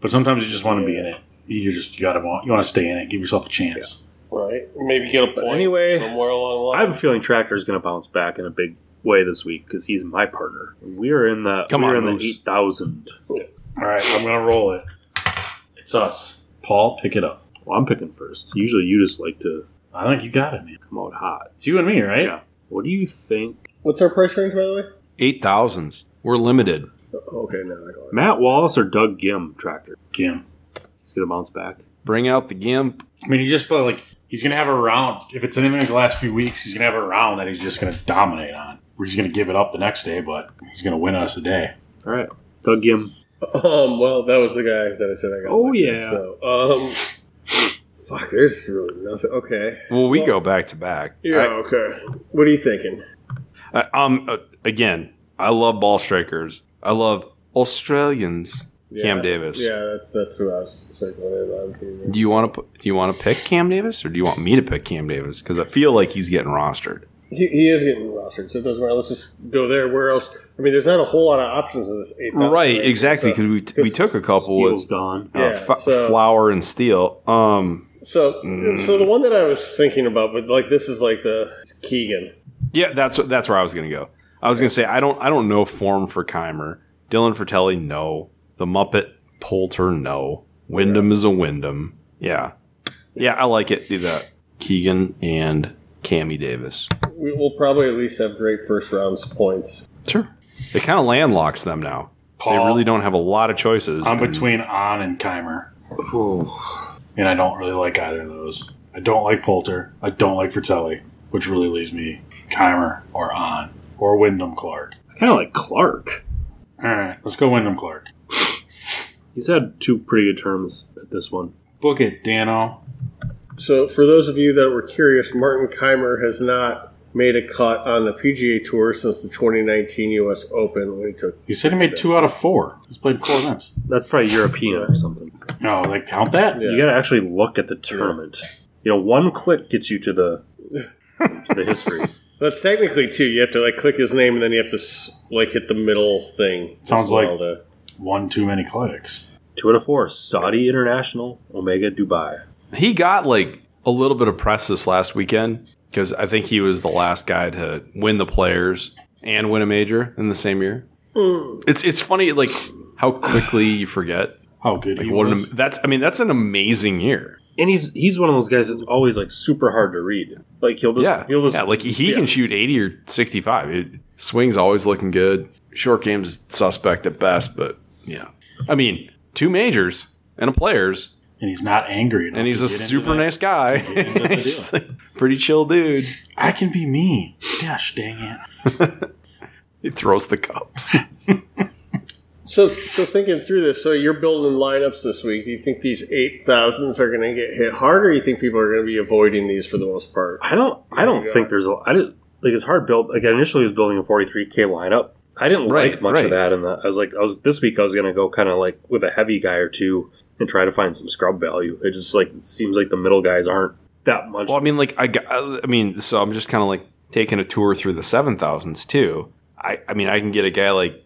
[SPEAKER 2] But sometimes you just want to be in it. You just you gotta want you want to stay in it. Give yourself a chance.
[SPEAKER 4] Right? Maybe get a point
[SPEAKER 5] anyway,
[SPEAKER 4] somewhere along the
[SPEAKER 5] I
[SPEAKER 4] line.
[SPEAKER 5] have a feeling Tractor's going to bounce back in a big way this week because he's my partner. We are in the
[SPEAKER 3] Come
[SPEAKER 5] we are
[SPEAKER 3] on,
[SPEAKER 5] in
[SPEAKER 3] Moose.
[SPEAKER 5] the eight thousand.
[SPEAKER 2] All right, I'm gonna roll it. It's us, Paul. Pick it up.
[SPEAKER 5] Well, I'm picking first. Usually, you just like to
[SPEAKER 2] I think you got it, man.
[SPEAKER 5] come out hot.
[SPEAKER 2] It's you and me, right?
[SPEAKER 5] Yeah. What do you think?
[SPEAKER 4] What's our price range, by the way?
[SPEAKER 3] Eight thousands. We're limited.
[SPEAKER 4] Oh, Okay, now I got it.
[SPEAKER 5] Matt Wallace or Doug Gim? Tractor.
[SPEAKER 2] Kim.
[SPEAKER 5] He's going to bounce back.
[SPEAKER 3] Bring out the gimp.
[SPEAKER 2] I mean, he just played like he's gonna have a round. If it's even like the last few weeks, he's gonna have a round that he's just gonna dominate on. Where he's gonna give it up the next day, but he's gonna win us a day.
[SPEAKER 5] All right, Doug Gim.
[SPEAKER 4] Um, well, that was the guy that I said I got.
[SPEAKER 5] Oh,
[SPEAKER 4] elected,
[SPEAKER 5] yeah.
[SPEAKER 4] So, um, fuck. There's really nothing. Okay.
[SPEAKER 3] Well, we go back to back.
[SPEAKER 4] Yeah. okay. What are you thinking?
[SPEAKER 3] I, I, um, uh, again, I love ball strikers. I love Australians. Cam Davis.
[SPEAKER 4] Yeah, that's that's who I was circling it on TV.
[SPEAKER 3] Do you want to do you want to pick Cam Davis or do you want me to pick Cam Davis? Because I feel like he's getting rostered.
[SPEAKER 4] He, he is getting rostered, so it doesn't matter. Let's just go there. Where else? I mean, there's not a whole lot of options in this eight.
[SPEAKER 3] Right, exactly. Because
[SPEAKER 4] So,
[SPEAKER 3] we, we took a couple
[SPEAKER 5] Steele's
[SPEAKER 3] with
[SPEAKER 5] gone.
[SPEAKER 3] uh,
[SPEAKER 4] Yeah,
[SPEAKER 3] F-
[SPEAKER 4] so-
[SPEAKER 3] Flower and Steel. Um,
[SPEAKER 4] so, so the one that I was thinking about, but like this is like the it's Keegan.
[SPEAKER 3] yeah, that's that's where I was gonna go. I was gonna say I don't I don't know form for Keimer. Dylan Fratelli, no. The Muppet Poulter, no. Wyndham is a Wyndham. Yeah, yeah, I like it. Do that. Keegan and Cammy Davis.
[SPEAKER 4] We will probably at least have great first rounds points.
[SPEAKER 3] Sure. It kind of landlocks them now.
[SPEAKER 2] Paul,
[SPEAKER 3] They really don't have a lot of choices.
[SPEAKER 2] I'm
[SPEAKER 3] and-
[SPEAKER 2] between On and Keimer, and I don't really like either of those. I don't like Poulter. I don't like Fratelli, which really leaves me Keimer or On or Wyndham Clark.
[SPEAKER 5] I kind of like Clark.
[SPEAKER 2] All right, let's go Wyndham Clark.
[SPEAKER 5] He's had two pretty good terms at this one.
[SPEAKER 2] Book it, Dano.
[SPEAKER 4] So, for those of you that were curious, Martin Keimer has not made a cut on the PGA Tour since the 2019 U.S. Open when he took.
[SPEAKER 2] He said he made two out of four. He's played four events.
[SPEAKER 5] That's probably European or something.
[SPEAKER 2] No, they count that.
[SPEAKER 4] Yeah.
[SPEAKER 5] You got to actually look at the tournament. You know, one click gets you to the to the history.
[SPEAKER 4] That's technically two. You have to like click his name and then you have to s- like hit the middle thing. uh, as
[SPEAKER 2] Sounds
[SPEAKER 4] well
[SPEAKER 2] like-
[SPEAKER 4] to-
[SPEAKER 2] One too many clicks.
[SPEAKER 5] Two out of four. Saudi International, Omega Dubai.
[SPEAKER 3] He got like a little bit of press this last weekend because I think he was the last guy to win the players and win a major in the same year. It's it's funny like how quickly you forget.
[SPEAKER 2] How good
[SPEAKER 3] Like
[SPEAKER 2] he
[SPEAKER 3] what
[SPEAKER 2] was.
[SPEAKER 3] an, that's I mean that's an amazing year.
[SPEAKER 5] And he's he's one of those guys that's always like super hard to read. Like he'll just
[SPEAKER 3] yeah,
[SPEAKER 5] he'll just
[SPEAKER 3] yeah. Like he can shoot eighty or sixty five. It swings always looking good. Short games is suspect at best, but yeah. I mean two majors and a players,
[SPEAKER 2] and he's not angry. enough
[SPEAKER 3] and he's
[SPEAKER 2] to
[SPEAKER 3] a
[SPEAKER 2] get into
[SPEAKER 3] super
[SPEAKER 2] that.
[SPEAKER 3] nice guy.
[SPEAKER 2] get into the
[SPEAKER 3] He's,
[SPEAKER 2] deal.
[SPEAKER 3] like, pretty chill dude.
[SPEAKER 2] I can be mean. Gosh, dang it.
[SPEAKER 3] He throws the cups.
[SPEAKER 4] So, so thinking through this, so you're building lineups this week. Do you think these eight thousands are going to get hit hard, or you think people are going to be avoiding these for the most part?
[SPEAKER 5] I don't I don't
[SPEAKER 4] Yeah.
[SPEAKER 5] think there's a I didn't like it's hard built like I initially was building a 43k lineup. I didn't
[SPEAKER 3] Right,
[SPEAKER 5] like much
[SPEAKER 3] right.
[SPEAKER 5] of that in that. I was like I was this week I was gonna go kind of like with a heavy guy or two and try to find some scrub value. It just like it seems like the middle guys aren't that much.
[SPEAKER 3] Well, I mean, like I, got- I mean, so I'm just kind of like taking a tour through the seven thousands too. I, I mean, I can get a guy like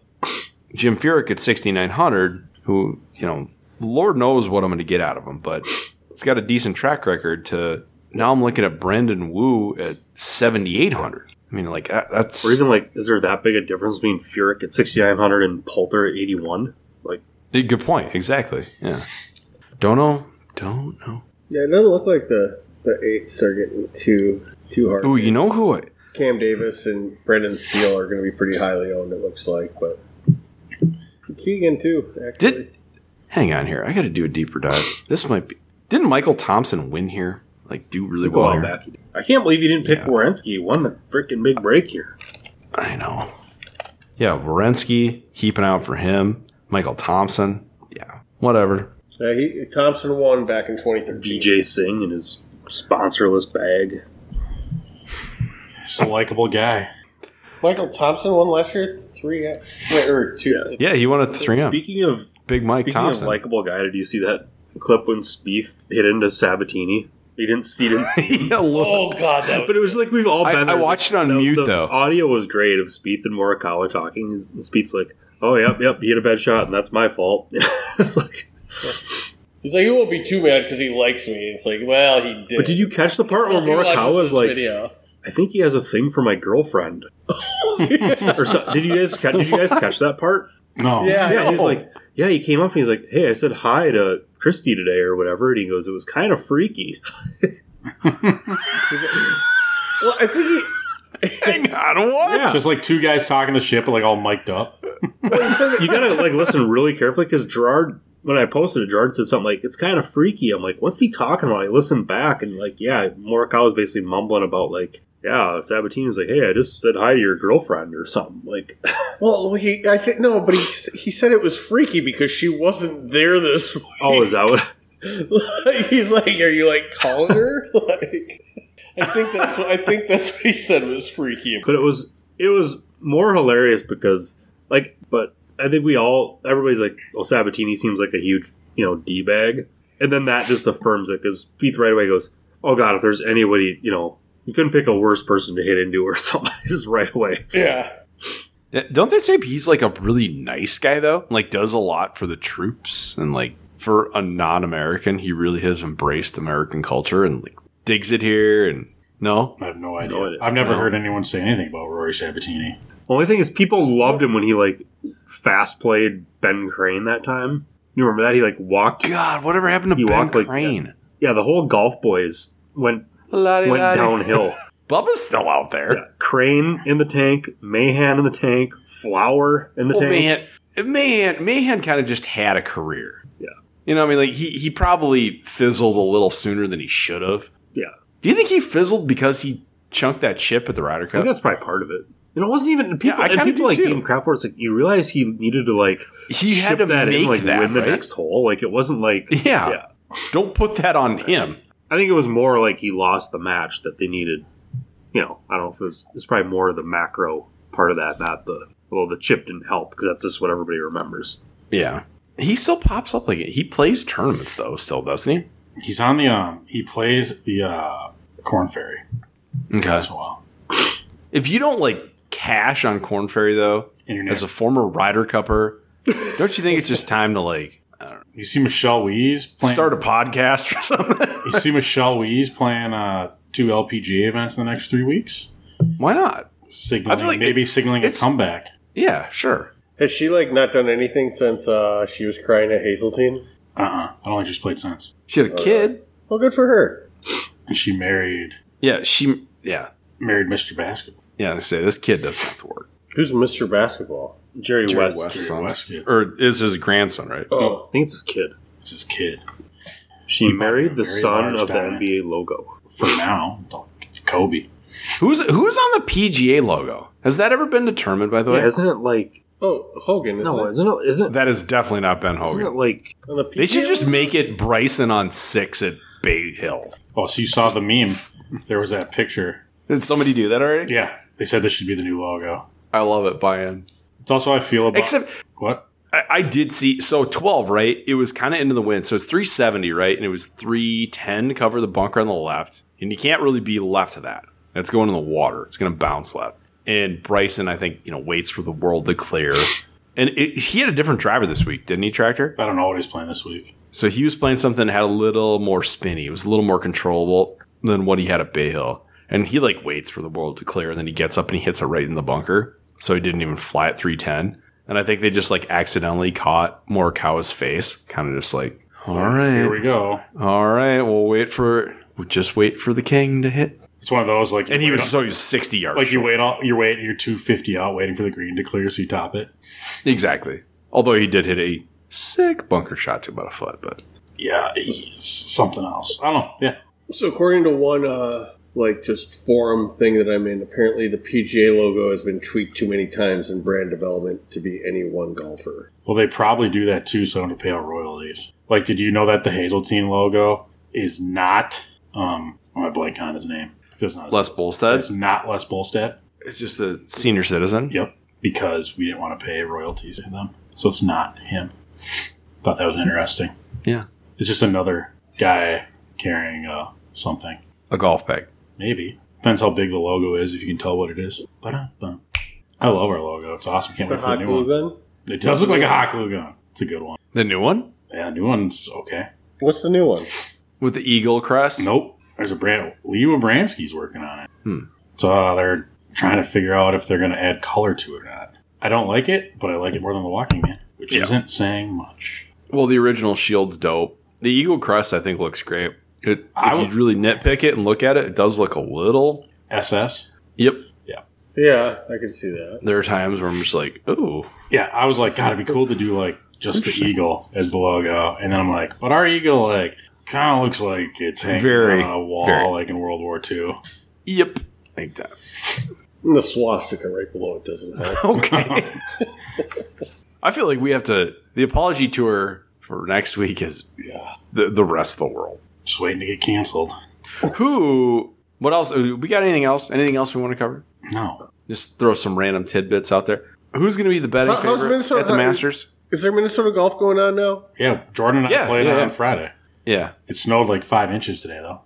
[SPEAKER 3] Jim Furyk at 6,900, who you know, Lord knows what I'm going to get out of him, but it's got a decent track record. To now, I'm looking at Brendan Wu at 7,800. I mean, like that, that's
[SPEAKER 5] or even like is there that big a difference between Furyk at 6900 and Poulter at 81? Like
[SPEAKER 3] a good point. Exactly. Yeah. Don't know. Don't know.
[SPEAKER 4] Yeah, it doesn't look like the the eights are getting too too hard.
[SPEAKER 3] Ooh, you know who? I,
[SPEAKER 4] Cam Davis and Brendan Steele are going to be pretty highly owned. It looks like, but Keegan too. Actually,
[SPEAKER 3] Did hang on here? I got to do a deeper dive. This might be. Didn't Michael Thompson win here? Like do really well.
[SPEAKER 5] well,
[SPEAKER 3] here?
[SPEAKER 5] back. I can't believe you didn't pick
[SPEAKER 3] Yeah.
[SPEAKER 5] Wierenski. He won the freaking big break here.
[SPEAKER 3] I know. Yeah, Wierenski, keep an eye out for him. Michael Thompson. Yeah, whatever.
[SPEAKER 4] Yeah, he, Thompson won back in 2013.
[SPEAKER 5] BJ Singh in his sponsorless bag.
[SPEAKER 2] Just a likable guy.
[SPEAKER 4] Michael Thompson won last year three wait, or two.
[SPEAKER 3] Yeah, he won at the three M.
[SPEAKER 5] uh, Speaking of
[SPEAKER 3] Big Mike
[SPEAKER 5] Speaking
[SPEAKER 3] Thompson.
[SPEAKER 5] of likable guy, did you see that clip when Spieth hit into Sabatini? You didn't see, didn't see.
[SPEAKER 3] Yeah, look.
[SPEAKER 2] Oh god, that
[SPEAKER 5] But it was like we've all
[SPEAKER 3] I-
[SPEAKER 5] been.
[SPEAKER 3] I
[SPEAKER 5] there.
[SPEAKER 3] watched it on
[SPEAKER 5] The-
[SPEAKER 3] mute,
[SPEAKER 5] the
[SPEAKER 3] though.
[SPEAKER 5] Audio was great of Speeth and Morikawa talking. He's- and Speeth's like, "Oh yep, yep, he had a bad shot, and that's my fault." it's like,
[SPEAKER 2] He's like, he won't be too mad because he likes me. It's like, well, he did.
[SPEAKER 5] but did you catch the part where Morikawa was like,
[SPEAKER 2] video.
[SPEAKER 5] "I think he has a thing for my girlfriend"? or so, did you guys catch? Did you guys catch that part?
[SPEAKER 2] no,
[SPEAKER 4] Yeah,
[SPEAKER 5] yeah, he was
[SPEAKER 4] no.
[SPEAKER 5] like, yeah, he came up and he's like, hey, I said hi to Christy today or whatever, and he goes, it was kind of freaky.
[SPEAKER 4] Well, I think he,
[SPEAKER 3] Hang on, what?
[SPEAKER 5] Yeah,
[SPEAKER 2] just like two guys talking the shit, but like all mic'd up.
[SPEAKER 5] you gotta like listen really carefully because Gerard, when I posted it, Gerard said something like, it's kind of freaky. I'm like, what's he talking about? I listened back and like, yeah, Morikawa was basically mumbling about like, yeah, Sabatine was like, hey, I just said hi to your girlfriend or something. Like,
[SPEAKER 4] well, he, I think no, but he s- he said it was freaky because she wasn't there this week.
[SPEAKER 5] oh, is that what?
[SPEAKER 4] Like, he's like, are you like calling her? like, I think that's what I think that's what he said was freaky.
[SPEAKER 5] But it was it was more hilarious because like, but I think we all everybody's like, oh, Sabatini seems like a huge you know d bag, and then that just affirms it because Pete right away goes, oh god, if there's anybody you know. You couldn't pick a worse person to hit into or something just right away.
[SPEAKER 4] Yeah,
[SPEAKER 3] Th- Don't they say he's like a really nice guy though? Like does a lot for the troops and like for a non-American, he really has embraced American culture and like digs it here and no.
[SPEAKER 2] I have no idea.
[SPEAKER 5] No idea.
[SPEAKER 2] I've never
[SPEAKER 3] No.
[SPEAKER 2] heard anyone say anything about Rory Sabatini.
[SPEAKER 5] Only thing is, people loved him when he like fast played Ben Crane that time. You remember that he like walked?
[SPEAKER 3] God, whatever happened to
[SPEAKER 5] You
[SPEAKER 3] Ben
[SPEAKER 5] walk like
[SPEAKER 3] Crane?
[SPEAKER 5] Yeah, the whole golf boys went
[SPEAKER 3] Lottie,
[SPEAKER 5] went downhill.
[SPEAKER 3] Bubba's still out there.
[SPEAKER 5] Yeah, Crane in the tank, Mahan in the tank, Flower in the
[SPEAKER 3] Well,
[SPEAKER 5] tank.
[SPEAKER 3] Mahan, Mahan, Mahan kind of just had a career.
[SPEAKER 5] Yeah.
[SPEAKER 3] You know, I mean, like he he probably fizzled a little sooner than he should have.
[SPEAKER 5] Yeah.
[SPEAKER 3] Do you think he fizzled because he chunked that chip at the Ryder
[SPEAKER 5] I think
[SPEAKER 3] Cup?
[SPEAKER 5] that's probably part of it. And it wasn't even people.
[SPEAKER 3] Yeah, I
[SPEAKER 5] and
[SPEAKER 3] kinda
[SPEAKER 5] people
[SPEAKER 3] do
[SPEAKER 5] like
[SPEAKER 3] too.
[SPEAKER 5] gave him crap for it. It's like you realize he needed to like
[SPEAKER 3] He had
[SPEAKER 5] ship
[SPEAKER 3] to
[SPEAKER 5] that
[SPEAKER 3] make
[SPEAKER 5] in, like
[SPEAKER 3] that
[SPEAKER 5] win
[SPEAKER 3] right?
[SPEAKER 5] the next hole. Like it wasn't like
[SPEAKER 3] Yeah.
[SPEAKER 5] Yeah.
[SPEAKER 3] Don't put that on him.
[SPEAKER 5] I think it was more like he lost the match that they needed. You know, I don't know if it was. It's probably more the macro part of that, not the well, the chip didn't help because that's just what everybody remembers.
[SPEAKER 3] Yeah. He still pops up like it. He plays tournaments though, still, doesn't
[SPEAKER 2] He's on the um. He plays the uh, Corn Fairy
[SPEAKER 3] he? Okay.
[SPEAKER 2] as well.
[SPEAKER 3] If you don't like cash on Corn Ferry though,
[SPEAKER 2] And your
[SPEAKER 3] as a former Ryder Cupper, don't you think it's just time to like
[SPEAKER 2] you see Michelle Wees playing.
[SPEAKER 3] start a podcast or something?
[SPEAKER 2] you see Michelle Wees playing uh, two LPGA events in the next three weeks,
[SPEAKER 3] Why not? I
[SPEAKER 2] signaling
[SPEAKER 3] feel like
[SPEAKER 2] maybe signaling a
[SPEAKER 3] it's-
[SPEAKER 2] comeback.
[SPEAKER 3] Yeah, sure.
[SPEAKER 4] has she like not done anything since uh, she was crying at Hazeltine?
[SPEAKER 2] Uh uh I don't think she's played since.
[SPEAKER 3] She
[SPEAKER 5] Oh,
[SPEAKER 3] had a kid.
[SPEAKER 4] Well, good for her.
[SPEAKER 2] And she married
[SPEAKER 3] Yeah, she. Yeah,
[SPEAKER 2] married Mr. Basketball.
[SPEAKER 3] yeah. I say this kid doesn't have to work.
[SPEAKER 4] Who's Mr. Basketball?
[SPEAKER 5] Jerry,
[SPEAKER 2] Jerry
[SPEAKER 5] West.
[SPEAKER 2] West.
[SPEAKER 3] Son-
[SPEAKER 2] West kid.
[SPEAKER 3] or is his grandson right?
[SPEAKER 4] Oh.
[SPEAKER 5] I think it's his kid.
[SPEAKER 2] It's his kid.
[SPEAKER 5] She
[SPEAKER 2] He bought
[SPEAKER 5] married
[SPEAKER 2] a
[SPEAKER 5] the
[SPEAKER 2] very
[SPEAKER 5] son
[SPEAKER 2] large
[SPEAKER 5] of the
[SPEAKER 2] diamond.
[SPEAKER 5] NBA logo.
[SPEAKER 2] For now, it's Kobe.
[SPEAKER 3] Who's who's on the PGA logo? Has that ever been determined? By the way,
[SPEAKER 5] Yeah, isn't it like
[SPEAKER 4] Oh, Hogan. Isn't
[SPEAKER 5] no?
[SPEAKER 4] it?
[SPEAKER 5] Isn't it? Isn't,
[SPEAKER 3] that is definitely not Ben
[SPEAKER 5] isn't it
[SPEAKER 3] Hogan.
[SPEAKER 5] like
[SPEAKER 4] On the
[SPEAKER 3] They should
[SPEAKER 4] PGA?
[SPEAKER 3] just make it Bryson on six at Bay Hill.
[SPEAKER 2] Oh, so you saw the meme. There was that picture.
[SPEAKER 3] Did somebody do that already?
[SPEAKER 2] Yeah, they said this should be the new logo.
[SPEAKER 3] I love it. Buy in.
[SPEAKER 2] It's also how I feel about
[SPEAKER 3] Except
[SPEAKER 2] what
[SPEAKER 3] I, I did see so twelve right. It was kind of into the wind, so it's three seventy right, and it was three ten cover the bunker on the left, and you can't really be left of that. That's going in the water. It's going to bounce left. And Bryson, I think you know, waits for the world to clear. And it, he had a different driver this week, didn't he, Tractor?
[SPEAKER 2] I don't know what he's playing this week.
[SPEAKER 3] So he was playing something that had a little more spinny. It was a little more controllable than what he had at Bay Hill. And he like waits for the world to clear, and then he gets up and he hits it right in the bunker. So he didn't even fly at 310. And I think they just like accidentally caught Morikawa's face, kind of just like, all
[SPEAKER 2] Here we
[SPEAKER 3] right,
[SPEAKER 2] go.
[SPEAKER 3] all right, we'll wait for, we'll just wait for the king to hit.
[SPEAKER 2] It's one of those like
[SPEAKER 3] And he
[SPEAKER 2] you
[SPEAKER 3] was
[SPEAKER 2] wait
[SPEAKER 3] so he was 60 yards.
[SPEAKER 2] on- like you wait all you wait you're two fifty out waiting for the green to clear so you top it.
[SPEAKER 3] exactly. Although he did hit a sick bunker shot to about a foot, but
[SPEAKER 2] Yeah, he's something else. I don't know. Yeah,
[SPEAKER 4] So according to one uh like just forum thing that I'm in, apparently the PGA logo has been tweaked too many times in brand development to be any one golfer.
[SPEAKER 2] Well, they probably do that too, so I don't have to pay out royalties. Like, did you know that the Hazeltine logo is not? Um, I'm gonna blank on his name. It's not. It's
[SPEAKER 3] Les Bolstad,
[SPEAKER 2] not Les Bolstad.
[SPEAKER 3] it's just a senior citizen.
[SPEAKER 2] Yep, because we didn't want to pay royalties to them, so it's not him. Thought that was interesting.
[SPEAKER 3] Yeah.
[SPEAKER 2] it's just another guy carrying a something.
[SPEAKER 3] A golf bag.
[SPEAKER 2] Maybe. Depends how big the logo is, if you can tell what it is. Ba-dum-bum. I love our logo. It's awesome. Can't
[SPEAKER 4] The
[SPEAKER 2] wait for the
[SPEAKER 4] hot
[SPEAKER 2] new
[SPEAKER 4] glue
[SPEAKER 2] one.
[SPEAKER 4] gun.
[SPEAKER 2] It does look like a hot glue gun. It's a good one.
[SPEAKER 3] The new one
[SPEAKER 2] Yeah, new one's okay.
[SPEAKER 4] What's the new one?
[SPEAKER 3] with the eagle crest.
[SPEAKER 2] Nope. There's a brand. Leo Abransky's working on it.
[SPEAKER 3] Hmm.
[SPEAKER 2] So uh, they're trying to figure out if they're going to add color to it or not. I don't like it, but I like it more than The Walking Man, which
[SPEAKER 3] Yeah.
[SPEAKER 2] isn't saying much.
[SPEAKER 3] Well, the original shield's dope. The eagle crest I think looks great. It, if
[SPEAKER 2] I would-
[SPEAKER 3] you really nitpick it and look at it, it does look a little.
[SPEAKER 2] SS.
[SPEAKER 3] Yep.
[SPEAKER 4] Yeah, I can see that.
[SPEAKER 3] There are times where I'm just like, ooh,
[SPEAKER 2] Yeah, I was like, God, it'd be cool to do like just the eagle as the logo, and then I'm like, but our eagle like kind of looks like it's hanging
[SPEAKER 3] Very,
[SPEAKER 2] on a wall
[SPEAKER 3] very.
[SPEAKER 2] like in World War II.
[SPEAKER 3] yep. Like that.
[SPEAKER 4] And the swastika right below it doesn't help.
[SPEAKER 3] Okay. I feel like we have to. The apology tour for next week is
[SPEAKER 2] Yeah.
[SPEAKER 3] the, the rest of the world.
[SPEAKER 2] Just waiting to get canceled.
[SPEAKER 3] Who? What else? uh, We got anything else? Anything else we want to cover?
[SPEAKER 2] No,
[SPEAKER 3] Just throw some random tidbits out there. Who's going to be the betting
[SPEAKER 4] How- how's
[SPEAKER 3] favorite
[SPEAKER 4] Minnesota-
[SPEAKER 3] at the
[SPEAKER 4] how-
[SPEAKER 3] Masters?
[SPEAKER 4] Is there Minnesota golf going on now?
[SPEAKER 2] yeah, Jordan and
[SPEAKER 3] Yeah,
[SPEAKER 2] I played
[SPEAKER 3] yeah,
[SPEAKER 2] on
[SPEAKER 3] yeah.
[SPEAKER 2] Friday.
[SPEAKER 3] Yeah,
[SPEAKER 2] It snowed like five inches today though.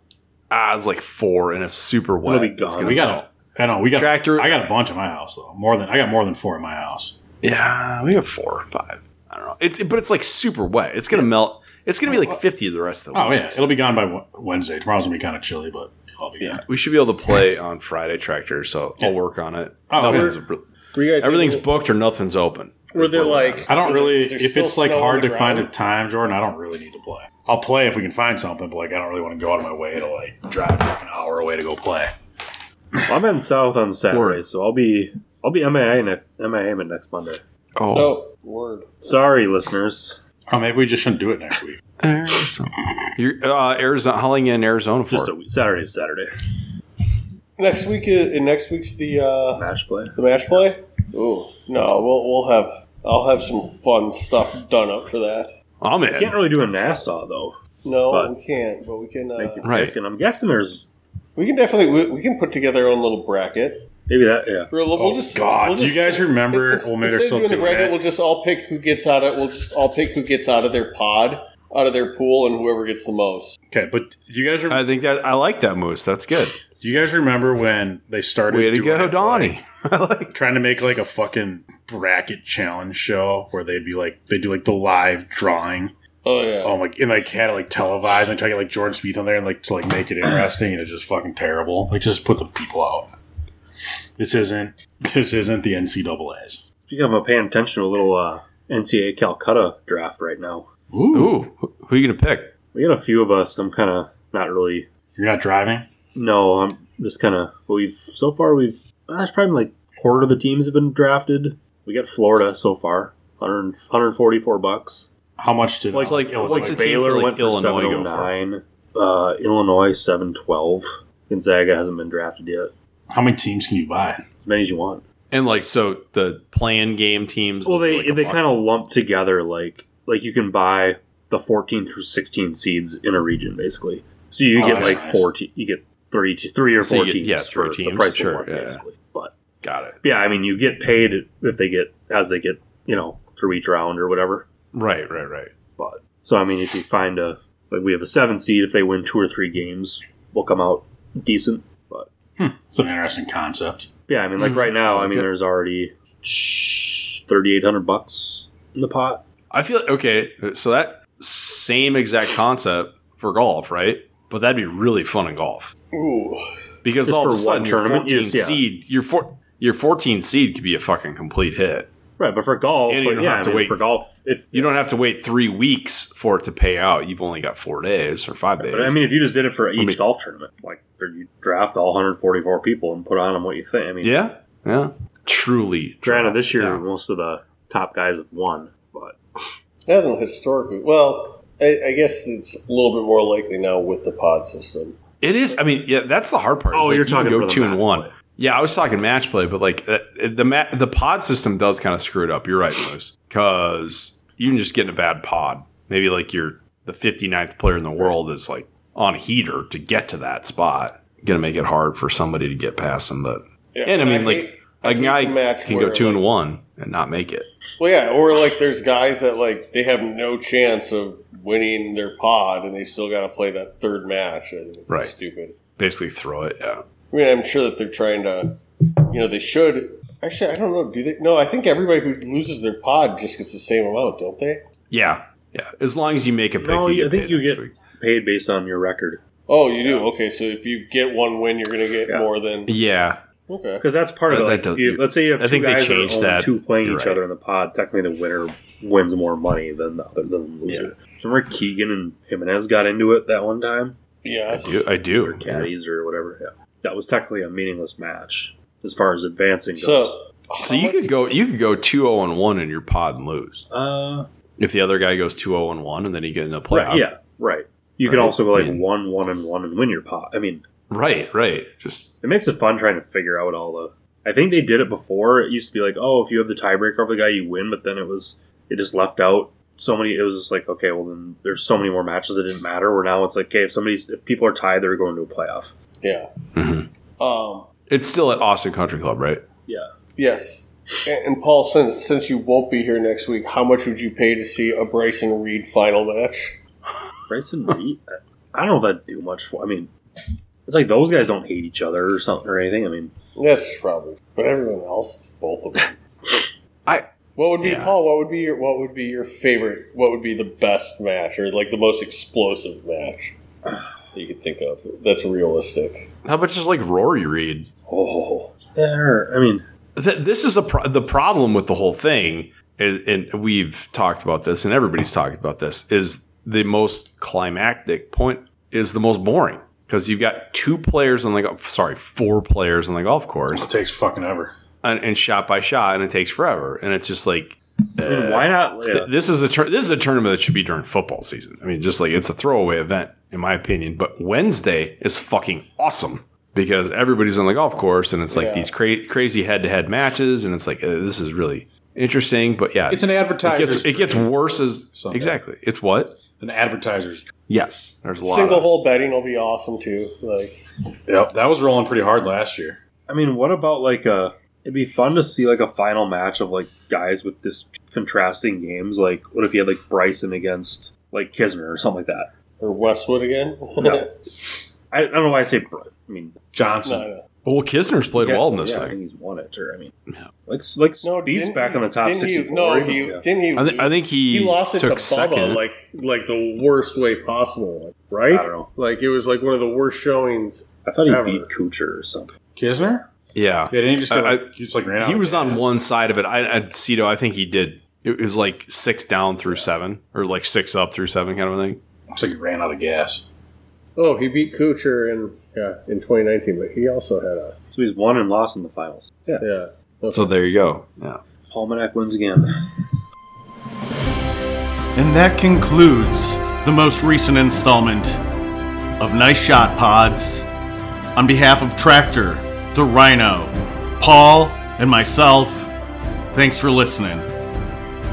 [SPEAKER 3] ah, it's like four, and it's super wet.
[SPEAKER 5] It'll be gone.
[SPEAKER 3] It's gonna
[SPEAKER 2] We got a, I know we got
[SPEAKER 3] Tractor-
[SPEAKER 2] I got a bunch in my house though. More than I got more than four in my house.
[SPEAKER 3] Yeah, we have four, five. I don't know. It's but it's like super wet. It's gonna melt. It's gonna be like fifty the rest of the
[SPEAKER 2] Oh
[SPEAKER 3] week.
[SPEAKER 2] yeah, it'll be gone by Wed- Wednesday. Tomorrow's gonna be kind of chilly, but it'll be gone.
[SPEAKER 3] We should be able to play on Friday tractor, so I'll
[SPEAKER 2] Yeah.
[SPEAKER 3] work on it.
[SPEAKER 2] Oh,
[SPEAKER 3] Nothing's-
[SPEAKER 4] Were you guys
[SPEAKER 3] everything's booked or nothing's open.
[SPEAKER 4] were they like
[SPEAKER 2] I don't really.
[SPEAKER 4] Is there
[SPEAKER 2] If
[SPEAKER 4] still
[SPEAKER 2] it's like
[SPEAKER 4] snow on
[SPEAKER 2] hard
[SPEAKER 4] the
[SPEAKER 2] to find a
[SPEAKER 4] ground?
[SPEAKER 2] time, Jordan, I don't really need to play. I'll play if we can find something, but like I don't really want to go out of my way to like drive like an hour away to go play.
[SPEAKER 5] Well, I'm heading south on Saturday,
[SPEAKER 3] Word.
[SPEAKER 5] so I'll be I'll be MIA next MIA next Monday.
[SPEAKER 3] Oh,
[SPEAKER 4] Oh, word.
[SPEAKER 5] Sorry, listeners.
[SPEAKER 2] Oh, maybe we just shouldn't do it next week.
[SPEAKER 3] Arizona. You're uh, Arizona. How long you in Arizona for?
[SPEAKER 5] Just a week. Saturday, to Saturday
[SPEAKER 4] Next week is and next week's the uh,
[SPEAKER 5] match play.
[SPEAKER 4] the match play. Ooh, no, we'll we'll have I'll have some fun stuff done up for that.
[SPEAKER 3] I'm in.
[SPEAKER 5] Can't really do a Nassau though.
[SPEAKER 4] No,
[SPEAKER 5] But-
[SPEAKER 4] we can't, but we can
[SPEAKER 5] Make it
[SPEAKER 4] uh,
[SPEAKER 3] right.
[SPEAKER 5] right, and I'm guessing there's
[SPEAKER 4] we can definitely we, we can put together our own little bracket.
[SPEAKER 5] maybe that. Yeah,
[SPEAKER 4] We'll, we'll
[SPEAKER 2] Oh
[SPEAKER 4] just
[SPEAKER 2] God!
[SPEAKER 4] we'll
[SPEAKER 2] do
[SPEAKER 4] just,
[SPEAKER 2] you guys remember?
[SPEAKER 4] Instead
[SPEAKER 2] Well, maybe they're
[SPEAKER 4] of
[SPEAKER 2] still
[SPEAKER 4] doing the
[SPEAKER 2] doing
[SPEAKER 4] bracket,
[SPEAKER 2] it.
[SPEAKER 4] we'll just all pick who gets out of. We'll just all pick who gets out of their pod, out of their pool, and whoever gets the most.
[SPEAKER 2] Okay, but do you guys? Re-
[SPEAKER 3] I think that I like that moose. That's good.
[SPEAKER 2] do you guys remember when they started?
[SPEAKER 3] Way to
[SPEAKER 2] doing
[SPEAKER 3] go,
[SPEAKER 2] it,
[SPEAKER 3] Donnie. I like.
[SPEAKER 2] trying to make like a fucking bracket challenge show where they'd be like they do like the live drawing.
[SPEAKER 4] Oh yeah,
[SPEAKER 2] Oh my! And like had it like televised and try to get like Jordan Spieth on there and like to like make it interesting and it's just fucking terrible. Like just put the people out. This isn't this isn't the NCAA's.
[SPEAKER 5] speaking of, I'm paying attention to a little uh, NCAA Calcutta draft right now.
[SPEAKER 3] Ooh, who- who are you gonna pick?
[SPEAKER 5] We got a few of us. I'm kind of not really
[SPEAKER 2] You're not driving.
[SPEAKER 5] No, I'm just kind of. We've so far we've. uh, That's probably like quarter of the teams have been drafted. We got Florida so far, 100, 144 bucks.
[SPEAKER 2] How much did
[SPEAKER 5] Like-
[SPEAKER 3] like-
[SPEAKER 2] Illinois-
[SPEAKER 3] what's
[SPEAKER 5] Like
[SPEAKER 3] the team for, like, Illinois go for?
[SPEAKER 5] 709, Uh, Illinois seven twelve. Gonzaga hasn't been drafted yet.
[SPEAKER 2] how many teams can you buy?
[SPEAKER 5] As many as you want.
[SPEAKER 3] And like, so the playing game teams.
[SPEAKER 5] Well, they
[SPEAKER 3] like a
[SPEAKER 5] they
[SPEAKER 3] buck-
[SPEAKER 5] kind of lump together like like you can buy the 14 through 16 seeds in a region basically. So you
[SPEAKER 2] Oh,
[SPEAKER 5] get
[SPEAKER 2] that's
[SPEAKER 5] like
[SPEAKER 2] nice.
[SPEAKER 5] four. Te- you get three, te- three or
[SPEAKER 3] So
[SPEAKER 5] four
[SPEAKER 3] you get-
[SPEAKER 5] teams.
[SPEAKER 3] yeah,
[SPEAKER 5] for
[SPEAKER 3] three teams,
[SPEAKER 5] The price
[SPEAKER 3] sure,
[SPEAKER 5] of one,
[SPEAKER 3] yeah.
[SPEAKER 5] basically. But
[SPEAKER 3] got it
[SPEAKER 5] yeah, I mean, you get paid if they get as they get, you know, through each round or whatever.
[SPEAKER 3] right, right, right.
[SPEAKER 5] But so I mean, if you find a like we have a seven seed, if they win two or three games, we'll come out decent. But
[SPEAKER 2] It's an interesting concept.
[SPEAKER 5] yeah, I mean, like
[SPEAKER 3] Mhm.
[SPEAKER 5] right now,
[SPEAKER 3] I
[SPEAKER 5] I
[SPEAKER 3] like
[SPEAKER 5] mean,
[SPEAKER 3] it.
[SPEAKER 5] there's already thirty eight hundred bucks in the pot.
[SPEAKER 3] I feel okay. So that same exact concept for golf, right? But that'd be really fun in golf
[SPEAKER 2] Oh.
[SPEAKER 4] Ooh,
[SPEAKER 3] because
[SPEAKER 5] Just
[SPEAKER 3] all of a
[SPEAKER 5] for
[SPEAKER 3] sudden
[SPEAKER 5] one
[SPEAKER 3] your
[SPEAKER 5] tournament,
[SPEAKER 3] 14
[SPEAKER 5] yes, yeah.
[SPEAKER 3] seed, your four, your 14 seed could be a fucking complete hit.
[SPEAKER 5] Right, but for golf,
[SPEAKER 3] And you don't
[SPEAKER 5] yeah,
[SPEAKER 3] have
[SPEAKER 5] I
[SPEAKER 3] to
[SPEAKER 5] mean,
[SPEAKER 3] wait.
[SPEAKER 5] for golf. If
[SPEAKER 3] You don't have to wait three weeks for it to pay out. You've only got four days or five days.
[SPEAKER 5] but I mean, if you just did it for each
[SPEAKER 3] mean-
[SPEAKER 5] golf tournament, like you draft all 144 people and put on them what you think. I mean,
[SPEAKER 3] yeah, yeah. Truly,
[SPEAKER 5] granted, this year
[SPEAKER 3] Yeah.
[SPEAKER 5] most of the top guys have won, but
[SPEAKER 4] it hasn't historically. Well, I, I guess it's a little bit more likely now with the pod system.
[SPEAKER 3] It is. I mean, yeah, that's the hard part. It's
[SPEAKER 5] Oh,
[SPEAKER 3] like
[SPEAKER 5] you're
[SPEAKER 3] you can
[SPEAKER 5] talking
[SPEAKER 3] go
[SPEAKER 5] for the
[SPEAKER 3] two and
[SPEAKER 5] match
[SPEAKER 3] one.
[SPEAKER 5] play.
[SPEAKER 3] Yeah, I was talking match play, but like uh, the ma- the pod system does kind of screw it up. You're right, Moose, because you can just get in a bad pod. Maybe like you're the 59th player in the world is like on a heater to get to that spot. Gonna make it hard for somebody to get past them, but
[SPEAKER 4] Yeah,
[SPEAKER 3] and I mean like
[SPEAKER 4] hate- I
[SPEAKER 3] a
[SPEAKER 4] hate
[SPEAKER 3] guy
[SPEAKER 4] the match
[SPEAKER 3] can go
[SPEAKER 4] where,
[SPEAKER 3] two
[SPEAKER 4] like-
[SPEAKER 3] and one and not make it.
[SPEAKER 4] Well, yeah, or like there's guys that like they have no chance of winning their pod, and they still got to play that third match. I think it's
[SPEAKER 3] Right.
[SPEAKER 4] stupid.
[SPEAKER 3] Basically, throw it. Yeah.
[SPEAKER 4] I mean, I'm sure that they're trying to, you know, they should. Actually, I don't know. Do they? No, I think everybody who loses their pod just gets the same amount, don't they?
[SPEAKER 3] Yeah. Yeah. As long as you make a pick,
[SPEAKER 5] No,
[SPEAKER 3] you
[SPEAKER 5] I
[SPEAKER 3] get
[SPEAKER 5] think
[SPEAKER 3] paid
[SPEAKER 5] you
[SPEAKER 3] next
[SPEAKER 5] get
[SPEAKER 3] week.
[SPEAKER 5] paid based on your record
[SPEAKER 4] Oh, you do. Okay, so if you get one win, you're going to get
[SPEAKER 5] Yeah.
[SPEAKER 4] more than
[SPEAKER 3] Yeah.
[SPEAKER 4] okay.
[SPEAKER 5] because that's part of
[SPEAKER 3] That-
[SPEAKER 5] it.
[SPEAKER 3] that does-
[SPEAKER 5] Like, you- let's say you have
[SPEAKER 3] I
[SPEAKER 5] two
[SPEAKER 3] think they
[SPEAKER 5] guys that are
[SPEAKER 3] changed
[SPEAKER 5] only
[SPEAKER 3] that.
[SPEAKER 5] two playing
[SPEAKER 3] You're
[SPEAKER 5] each
[SPEAKER 3] right.
[SPEAKER 5] other in the pod. Technically, the winner wins more money than the other than the loser. Remember Keegan and Jimenez got into it that one time,
[SPEAKER 3] I
[SPEAKER 4] Yes.
[SPEAKER 3] do. I
[SPEAKER 5] or
[SPEAKER 3] do.
[SPEAKER 5] caddies or whatever. Yeah, that was technically a meaningless match as far as advancing
[SPEAKER 4] So,
[SPEAKER 5] goes.
[SPEAKER 3] So you could go. You could go two zero and one in your pod and lose.
[SPEAKER 5] uh,
[SPEAKER 3] If the other guy goes two zero and one, and then you get in the playoff.
[SPEAKER 5] right, yeah, right. You could
[SPEAKER 3] Right.
[SPEAKER 5] also go like
[SPEAKER 3] Yeah.
[SPEAKER 5] one, one, and one, and win your pot. I mean,
[SPEAKER 3] Right. Right. Just
[SPEAKER 5] It makes it fun trying to figure out all the. I think they did it before. It used to be like, oh, if you have the tiebreaker over the guy, you win. But then it was it just left out so many. It was just like, okay, well then there's so many more matches that didn't matter. Where now it's like, okay, if somebody's if people are tied, they're going to a playoff.
[SPEAKER 4] Yeah.
[SPEAKER 3] Mhm.
[SPEAKER 4] Um.
[SPEAKER 3] it's still at Austin Country Club, right?
[SPEAKER 4] Yes. And, and Paul, since since you won't be here next week, how much would you pay to see a Bryson Reed final match?
[SPEAKER 5] Bryson Reed, I don't know if that'd do much for. I mean, it's like those guys don't hate each other or something or anything. I mean,
[SPEAKER 4] Yes, probably. But everyone else, it's both of them.
[SPEAKER 3] I-
[SPEAKER 4] What would be
[SPEAKER 3] Yeah.
[SPEAKER 4] Paul? What would be your What would be your favorite? What would be the best match or like the most explosive match that you could think of that's realistic?
[SPEAKER 3] How about just like Rory Reed?
[SPEAKER 5] oh, there. I mean,
[SPEAKER 3] Th- this is a pro- the problem with the whole thing, and, and we've talked about this, and everybody's talked about this. Is the most climactic point is the most boring because you've got two players on the go- sorry four players on the golf
[SPEAKER 2] It
[SPEAKER 3] course
[SPEAKER 2] takes fucking ever.
[SPEAKER 3] and, and shot by shot, and it takes forever, and it's just like.
[SPEAKER 5] I mean, why not? yeah.
[SPEAKER 3] Th- This is a tur- this is a tournament that should be during football season. I mean, just like it's a throwaway event in my opinion. But Wednesday is fucking awesome because everybody's on the golf course and it's like
[SPEAKER 4] Yeah.
[SPEAKER 3] these cra- crazy head to head matches and it's like uh, this is really interesting. But yeah,
[SPEAKER 2] It's an
[SPEAKER 3] it
[SPEAKER 2] advertiser.
[SPEAKER 3] gets it gets worse as
[SPEAKER 2] Sunday.
[SPEAKER 3] exactly. It's what
[SPEAKER 2] an advertiser's.
[SPEAKER 3] yes. There's a lot.
[SPEAKER 4] Single
[SPEAKER 3] of,
[SPEAKER 4] hole betting will be awesome too. Like
[SPEAKER 2] Yep, that was rolling pretty hard last year.
[SPEAKER 5] I mean, what about like a? It'd be fun to see like a final match of like guys with this contrasting games. Like, what if you had like Bryson against like Kisner or something like that?
[SPEAKER 4] or Westwood again.
[SPEAKER 5] No. I, I don't know why I say. Bry- I mean,
[SPEAKER 2] Johnson.
[SPEAKER 4] no, no.
[SPEAKER 3] well, Kisner's played
[SPEAKER 5] yeah,
[SPEAKER 3] well in this
[SPEAKER 5] yeah, I
[SPEAKER 3] thing.
[SPEAKER 5] think he's won it. Or I mean,
[SPEAKER 3] Yeah.
[SPEAKER 5] like like
[SPEAKER 4] No,
[SPEAKER 5] Speed's
[SPEAKER 4] didn't
[SPEAKER 5] back
[SPEAKER 4] he-
[SPEAKER 5] on the top
[SPEAKER 4] didn't he-
[SPEAKER 5] sixty-four.
[SPEAKER 4] no, he
[SPEAKER 5] Yeah.
[SPEAKER 4] didn't he.
[SPEAKER 3] I, think I think he,
[SPEAKER 4] he lost it to
[SPEAKER 3] took
[SPEAKER 4] Bubba
[SPEAKER 3] second.
[SPEAKER 4] like like the worst way possible, right?
[SPEAKER 5] I don't know.
[SPEAKER 4] Like it was like one of the worst showings.
[SPEAKER 5] I thought he
[SPEAKER 4] Ever.
[SPEAKER 5] beat Kuchar or something.
[SPEAKER 2] Kisner?
[SPEAKER 3] yeah,
[SPEAKER 2] Yeah, didn't he just, go,
[SPEAKER 3] I-
[SPEAKER 2] like, he just like ran out?
[SPEAKER 3] he was on
[SPEAKER 2] one.
[SPEAKER 3] one side of it. I, I Cito, I think he did. It was like six down through seven, or like six up through seven, kind of a thing.
[SPEAKER 2] Looks like he ran out of gas.
[SPEAKER 4] Oh, he beat Kuchar in yeah in 2019, but he also had a
[SPEAKER 5] So he's won and lost in the finals. Yeah,
[SPEAKER 4] yeah.
[SPEAKER 3] So there you go. Yeah.
[SPEAKER 5] Palmanak wins again.
[SPEAKER 1] And that concludes the most recent installment of Nice Shot Pods. On behalf of Tractor, the Rhino, Paul, and myself, thanks for listening.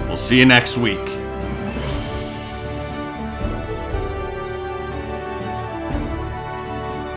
[SPEAKER 1] We'll see you next week.